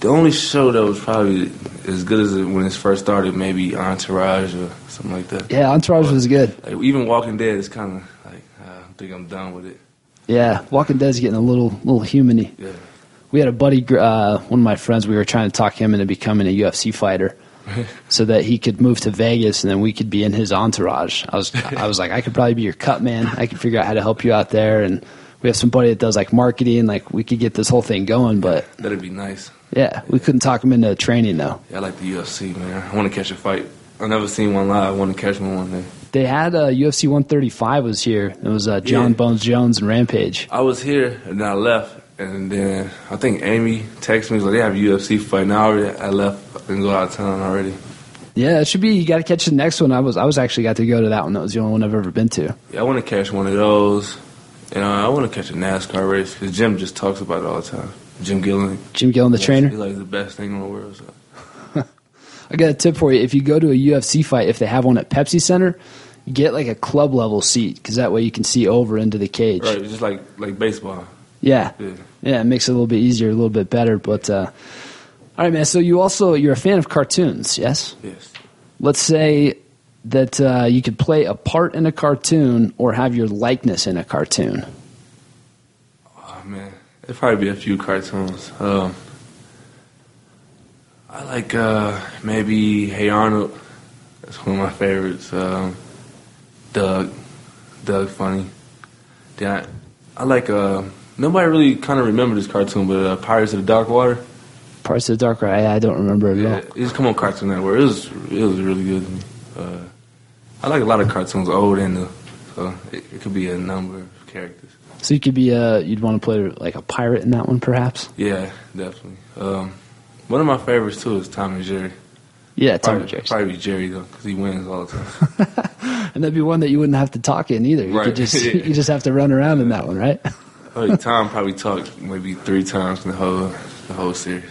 the only show that was probably as good as it when it first started, maybe Entourage or something like that. Yeah, Entourage was good. Like, even Walking Dead is kind of like uh, I think I'm done with it. Yeah, Walking Dead's getting a little little humany. Yeah. We had a buddy, gr- uh, one of my friends. We were trying to talk him into becoming a UFC fighter, so that he could move to Vegas and then we could be in his entourage. I was, I was like, I could probably be your cut man. I could figure out how to help you out there, and we have somebody that does like marketing. Like we could get this whole thing going, but That'd be nice. yeah, we couldn't talk him into training though. Yeah, I like the UFC, man. I want to catch a fight. I've never seen one live. I want to catch one one day. They had uh, UFC 135 was here. It was uh, John Yeah. Bones Jones and Rampage. I was here and then I left, and then I think Amy texted me was like they have a UFC fight. Now I already I left and go out of town already. Yeah, it should be. You got to catch the next one. I was I was actually got to go to that one. That was the only one I've ever been to. Yeah, I want to catch one of those. And uh, I want to catch a NASCAR race because Jim just talks about it all the time. Jim Gillen. Jim Gillen, the trainer. He's like the best thing in the world. So. I got a tip for you. If you go to a UFC fight, if they have one at Pepsi Center, get like a club level seat because that way you can see over into the cage. Right, it's just like like baseball. Yeah. Yeah. Yeah, it makes it a little bit easier, a little bit better. But uh, all right, man. So you also you're a fan of cartoons, yes? Yes. Let's say that uh, you could play a part in a cartoon or have your likeness in a cartoon. Oh man, it'd probably be a few cartoons. Um, I like uh, maybe Hey Arnold. That's one of my favorites. Um, Doug, Doug Funny. Then I, I like uh, nobody really kind of remember this cartoon, but uh, Pirates of the Dark Water. Parts of the Dark Ride, I don't remember at Yeah, all. it just come on Cartoon Network. It was it was really good. To me. Uh, I like a lot of cartoons, old and new. So it, it could be a number of characters. So you could be uh you'd want to play like a pirate in that one, perhaps. Yeah, definitely. Um, one of my favorites too is Tom and Jerry. Yeah, Tom Probably, and Jerry. probably Jerry though, because he wins all the time. *laughs* And that'd be one that you wouldn't have to talk in either. You could Right. just *laughs* Yeah. you just have to run around in that one, right? Probably Tom probably talked maybe three times in the whole the whole series.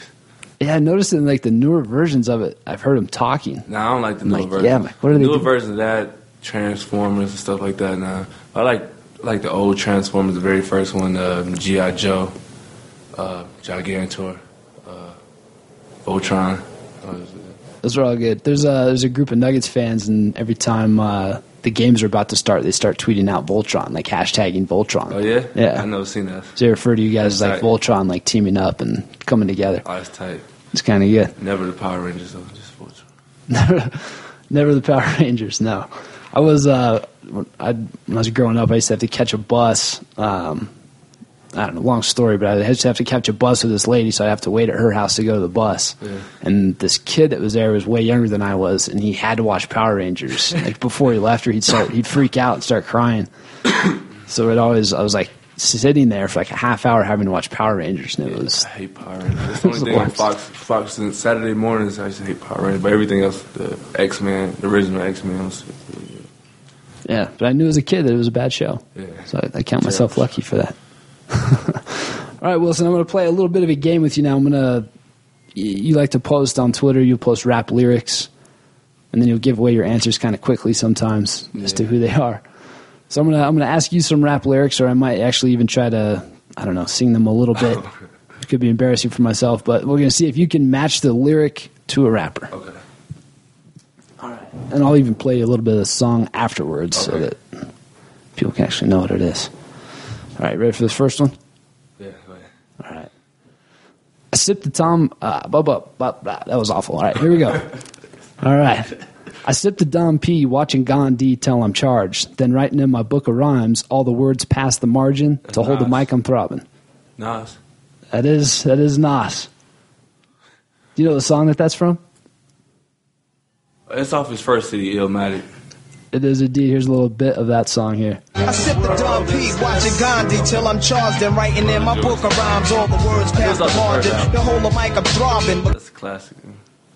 Yeah, I noticed in like the newer versions of it, I've heard him talking. Now I don't like the newer Like, version. yeah, like, what are they newer doing? versions of that Transformers and stuff like that. Now I like like the old Transformers, the very first one, uh, GI Joe, uh, Gigantor, uh, Voltron. Uh, Those are all good. There's a there's a group of Nuggets fans, and every time uh, the games are about to start, they start tweeting out Voltron, like hashtagging Voltron. oh yeah, yeah. I never seen that. So they refer to you guys as like That's Voltron, like teaming up and coming together. Oh, that's tight. It's kind of good. Never the Power Rangers though, just Voltron. *laughs* Never the Power Rangers. No, I was uh, when I when I was growing up, I used to have to catch a bus. Um, I don't know, long story, but I used to have to catch a bus with this lady, so I'd have to wait at her house to go to the bus. Yeah. And this kid that was there was way younger than I was, and he had to watch Power Rangers. like before he left her, he'd start he'd freak out and start crying. *coughs* so it always I was like sitting there for like a half hour having to watch Power Rangers, and it was I hate Power *laughs* Rangers. That's the only It's the thing on worst. Fox. Fox and Saturday mornings. I used to hate Power Rangers, but everything else, the X Men, the original X Men. was really good. Yeah, but I knew as a kid that it was a bad show. Yeah. So I, I count myself lucky for that. *laughs* All right, Wilson, I'm going to play a little bit of a game with you now. I'm going to. You like to post on Twitter, you post rap lyrics, and then you'll give away your answers kind of quickly sometimes as to Yeah. who they are. So I'm going to I'm going to ask you some rap lyrics, or I might actually even try to, I don't know, sing them a little *laughs* bit. It could be embarrassing for myself, but we're going to see if you can match the lyric to a rapper. Okay. And I'll even play you a little bit of the song afterwards so Okay. that people can actually know what it is. All right, ready for this first one? Yeah, go ahead. All right. I sipped the Tom. Uh, blah, blah, blah, blah. That was awful. All right, here we go. All right. I sipped the Dom P watching Gandhi till I'm charged, then writing in my book of rhymes all the words past the margin to hold the mic I'm throbbing. Nas. That is that is Nas. Do you know the song that that's from? It's off his first CD, Illmatic. It is indeed. Here's a little bit of that song here. I sip the dumb pee, watching Gandhi till I'm charged and writing in my book of rhymes all the words past the margin. The whole of mic I'm throbbing. That's a classic.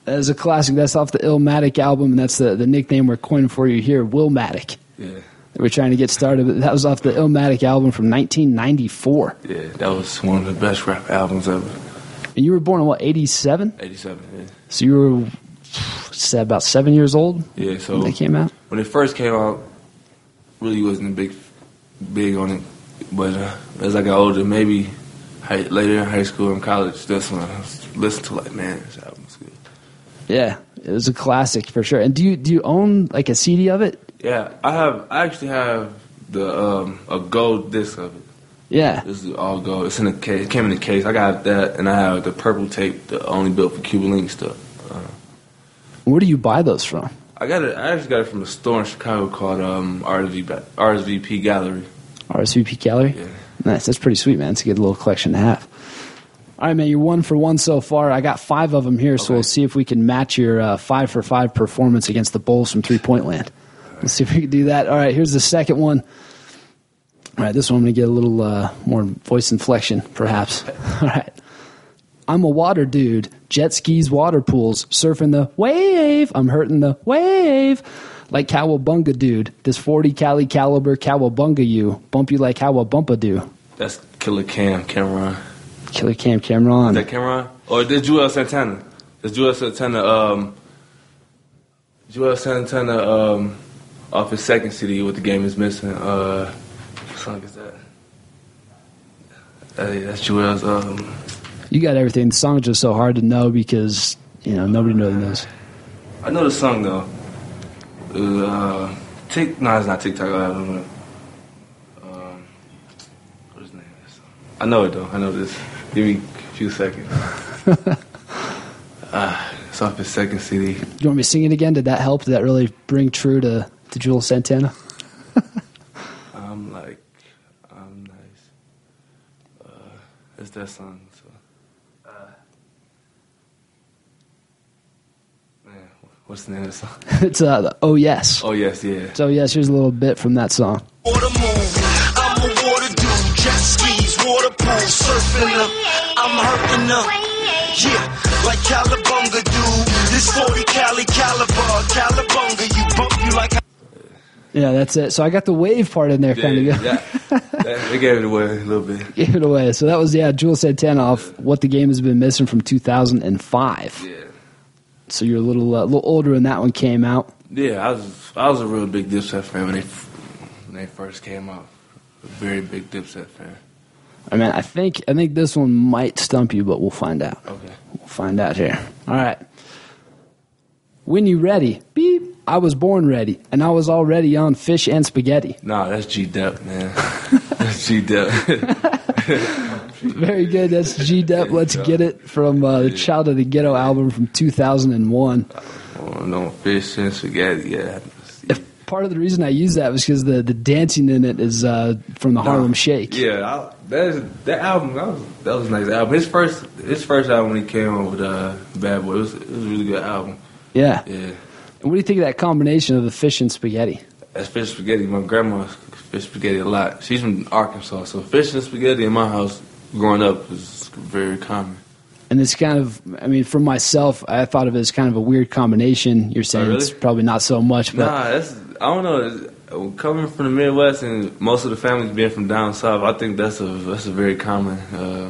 That is a classic. That's off the Illmatic album, and that's the, the nickname we're coining for you here, Willmatic. Yeah. We're trying to get started, but that was off the Illmatic album from 1994. Yeah, that was one of the best rap albums ever. And you were born in what, 87? 87. So you were said about seven years old Yeah, yeah so when they came out? when it first came out, really wasn't big, big on it. But uh, as I got older, maybe high, later in high school and college, that's when I was listened to like, man, this album's good. Yeah, it was a classic for sure. And do you do you own like a CD of it? Yeah, I have. I actually have the um, a gold disc of it. Yeah, This is all gold. It's in a case. It came in a case. I got that, and I have the purple tape, the only built for Cuba Link stuff. where do you buy those from? I got it. I actually got it from a store in Chicago called um, RSV, RSVP Gallery. RSVP Gallery. Yeah. Nice. That's pretty sweet, man. It's a good little collection to have. All right, man. You're one for one so far. I got five of them here, so Okay. we'll see if we can match your uh, five for five performance against the Bulls from three point land. Let's see if we can do that. All right, here's the second one. All right, this one I'm going to get a little uh, more voice inflection, perhaps. *laughs* All right. I'm a water dude, jet skis, water pools, surfing the wave. I'm hurting the wave. Like Cowabunga dude, this 40 Cali caliber Cowabunga you. Bump you like Cowabunga do. That's Killer Cam Cameron. Killer Cam Is Cameron. that Cameron? Or did Joel Santana? Is Joel Santana um Joel Santana um off his second CD with the game is missing. Uh what song is that? Hey, that's Joel's um You got everything. The song's just so hard to know because, you know, nobody really knows. I know the song though. It was, uh Tick no it's not TikTok, I don't know. Um what is the name of this song? I know it though, I know this. Give me a few seconds. Ah, it's off his second CD. Do you want me to sing it again? Did that help? Did that really bring true to, to Jewel Santana? *laughs* I'm like, I'm nice. Uh, it's that song. So, uh, man, what's the name of the song? it's uh, the Oh Yes. Oh yes, yeah. So, yes, here's a little bit from that song. Water moon, I'm a water dude, jet skis, water pool, surfing up. I'm hurting up. Yeah, like Calabunga dude. This 40 Cali caliber, Calabunga, you bump you like Yeah, that's it. So, I got the wave part in there kind of yeah, good. yeah. That- they gave it away a little bit. gave it away. So that was yeah, Jewel Santana off what the game has been missing from 2005. Yeah, So you're a little uh, little older when that one came out. yeah. I was I was a real big Dipset fan when they when they first came out. A very big Dipset fan. I mean, I think I think this one might stump you, but we'll find out. Okay. We'll find out here. All right. When you ready? Beep. I was born ready, and I was already on fish and spaghetti. *laughs* Nah, that's G Dep, *laughs* man. that's G *laughs* Dep. Very good. That's G Dep. Let's get it from uh, the Child of the Ghetto album from 2001. oh, no fish and spaghetti. Yeah. If part of the reason I use that was because the, the dancing in it is uh, from the Harlem Shake. Yeah, I, that is, that album that was that was a nice album. His first his first album when he came out with uh, Bad Boy, it was, it was a really good album. Yeah. Yeah, And what do you think of that combination of the fish and spaghetti? that's fish spaghetti. My grandma cooks fish spaghetti a lot. She's from Arkansas, so fish and spaghetti in my house growing up was very common. And it's kind of, I mean, for myself, I thought of it as kind of a weird combination. You're saying really? it's probably not so much, but Nah, that's I don't know. it's- Coming from the Midwest and most of the families being from down south, I think that's a that's a very common. Uh,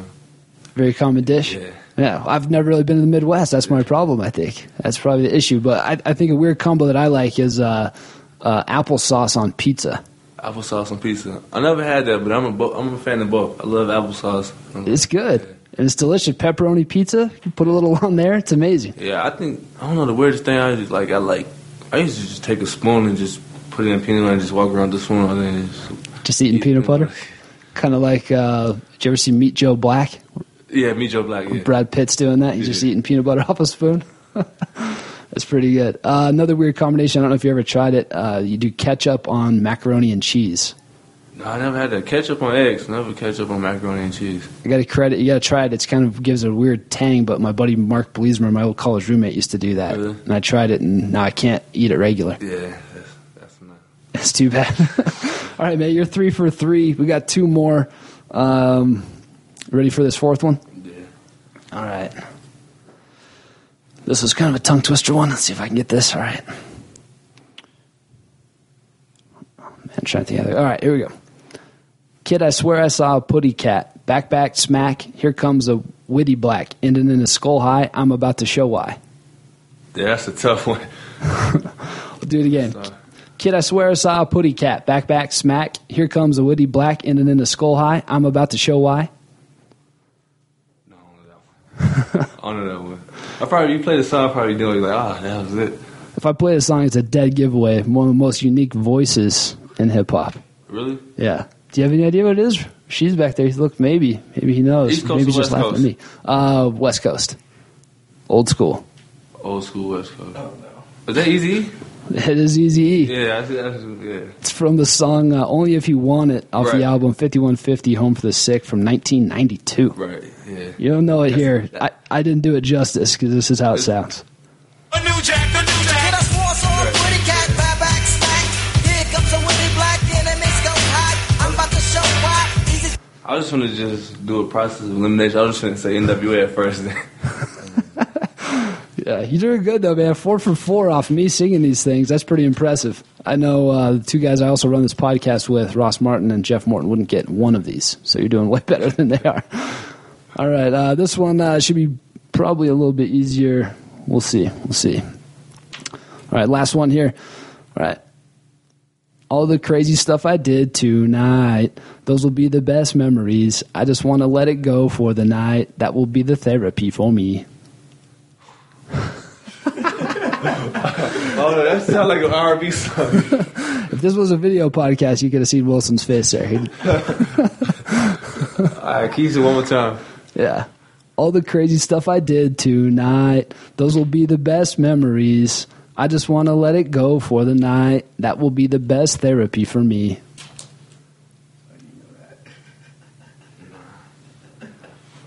very common dish. Yeah. Yeah, I've never really been in the Midwest. That's my problem, I think. That's probably the issue. But I, I think a weird combo that I like is uh, uh, applesauce on pizza. Applesauce and pizza. I never had that, but I'm a bo- I'm a fan of both. I love Um, applesauce. It's good. And it's delicious. Pepperoni pizza, you put a little *laughs* on there, it's amazing. Yeah, I think I don't know the weirdest thing. I just like I like I used to just take a spoon and just put it in peanut butter and just walk around the swimming all day. and just- Just eating peanut butter. Kind of like, uh, did you ever see Meet Joe Black? Yeah, meet Joe Black. Yeah. Brad Pitt's doing that. He's just eating peanut butter *laughs* off a spoon. That's pretty good. Uh, another weird combination. I don't know if you ever tried it. Uh, you do ketchup on macaroni and cheese. No, I never had that. Ketchup on eggs. Never ketchup on macaroni and cheese. I got to credit. You got to try it. It's kind of gives it a weird tang. But my buddy Mark Bleesmer, my old college roommate, used to do that, Really? and I tried it, and now I can't eat it regular. Yeah, that's, that's not. *laughs* It's too bad. *laughs* All right, man, you're three for three. We got two more. Um, ready for this fourth one? All right. This was kind of a tongue twister one. Let's see if I can get this. All right. Man, I'm trying to think. Of the other. All right, here we go. Kid, I swear I saw a putty cat. Back, back, smack. Here comes a witty black. Ending in a skull high. I'm about to show why. Yeah, that's a tough *laughs* one. We'll do it again. Kid, I swear I saw a putty cat. Back, back, smack. Here comes a witty black. Ending in a skull high. I'm about to show why. Honor that one. *laughs* I probably you play the song, I probably know it. You're like, ah, that was it. If I play a song, it's a dead giveaway. One of the most unique voices in hip hop. Really? Yeah. Do you have any idea what it is? She's back there. Look, maybe, maybe he knows. East Coast maybe or he's just West laughing at me. Uh, West Coast, old school. Old school West Coast. Oh no. Is that easy? It is easy. Yeah, I see. I see yeah. It's from the song uh, "Only If You Want It" off Right. the album "5150 Home for the Sick" from 1992. Right. Yeah. You don't know it here. I, I didn't do it justice because this is how it sounds. A new jack, a new jack. Kid, I swore I saw a pretty cat, bye back stack. Here comes a witty black, and it makes go hot. I'm about to show why. Easy I was just gonna just do a process of elimination. I was just gonna say NWA at first. *laughs* Yeah, you're doing good though, man. Four for four off me singing these things. That's pretty impressive. I know uh, the two guys I also run this podcast with, Ross Martin and Jeff Morton, wouldn't get one of these. So you're doing way *laughs* better than they are. All right, uh, this one uh, should be probably a little bit easier. We'll see. We'll see. All right, last one here. All right. All the crazy stuff I did tonight, those will be the best memories. I just want to let it go for the night. That will be the therapy for me. oh no, that sounds like an R&B song. If this was a video podcast, you could have seen Wilson's face there. He'd- All right, can you do it one more time? yeah. All the crazy stuff I did tonight, those will be the best memories. I just want to let it go for the night. That will be the best therapy for me.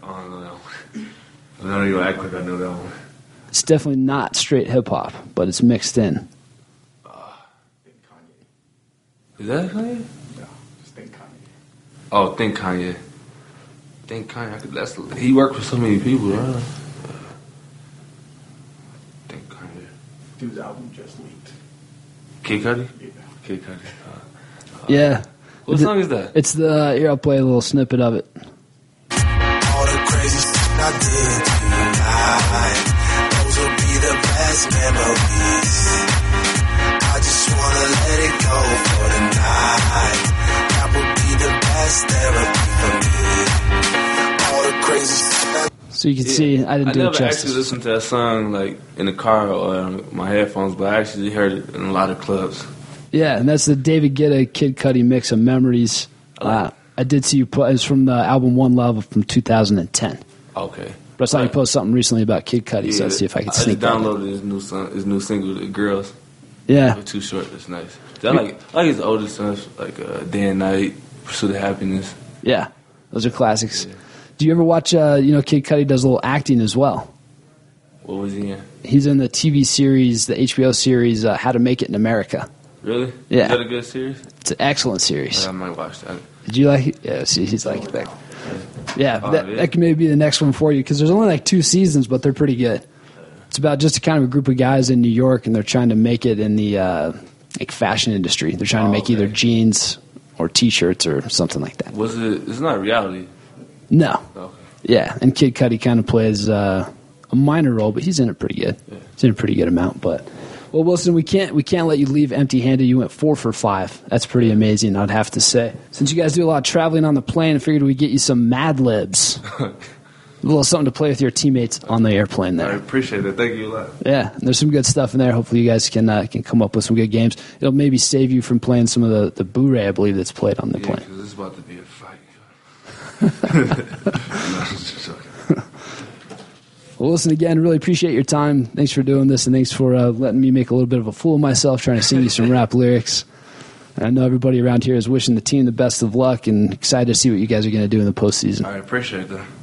I don't know that one. I don't even act like I know that one. It's definitely not straight hip hop, but it's mixed in. Is that Kanye? No, just think Kanye. Oh, think Kanye. Think Kanye. I could- That's he worked with so many people. Right? Think Kanye. Dude's album just leaked. Kid Cudi. Yeah. Kid Cudi. Uh, Yeah. What song is that? It's the. Here, I'll play a little snippet of it. All the crazy stuff I did tonight. Those will be the best memories. I just wanna let it go for the night. That would be the best therapy for me. All the crazy stuff I So you can see I didn't I do never it justice. actually listened to that song like in the car or um, my headphones, but I actually heard it in a lot of clubs. Yeah, and that's the David Guetta Kid Cudi mix of memories. Uh, I did see you put it's from the album One Love from 2010. Okay. But I saw you post something recently about Kid Cudi, so let's see if I can just sneak that. downloaded his new song, his new single, "The Girls." Yeah. It's too short. It's nice. I like I like his older songs, like uh, "Day and Night," "Pursuit of Happiness." Yeah, those are classics. Do you ever watch? Uh, you know, Kid Cudi does a little acting as well. What was he in? He's in the TV series, the HBO series, uh, How to Make It in America. Really? Yeah. Is that a good series? It's an excellent series. I might watch that. Did you like? it? Yeah, see, he's like it back. Yeah, Oh, that, yeah. that could maybe be the next one for you because there's only like two seasons, but they're pretty good. It's about just a kind of a group of guys in New York, and they're trying to make it in the uh, like fashion industry. They're Oh, trying to make either jeans or T-shirts or something like that. Was it? It's not reality. No, Okay. yeah, and Kid Cudi kind of plays uh, a minor role, but he's in it pretty good. He's in a pretty good amount, but. Well, Wilson, we can't we can't let you leave empty-handed. You went four for five. That's pretty amazing, I'd *laughs* have to say. Since you guys do a lot of traveling on the plane, I figured we'd get you some Mad Libs. A little something to play with your teammates on the airplane I there. appreciate it. Thank you a lot. Yeah, and there's some good stuff in there. Hopefully, you guys can uh, can come up with some good games. It'll maybe save you from playing some of the the Blu-ray, I believe, that's played on the Yeah, plane. because it's about to be a *laughs* fight. No, I'm just joking. Well, listen again. Really appreciate your time. Thanks for doing this, and thanks for uh, letting me make a little bit of a fool of myself trying to sing you some rap lyrics. And I know everybody around here is wishing the team the best of luck and excited to see what you guys are going to do in the postseason. I appreciate that.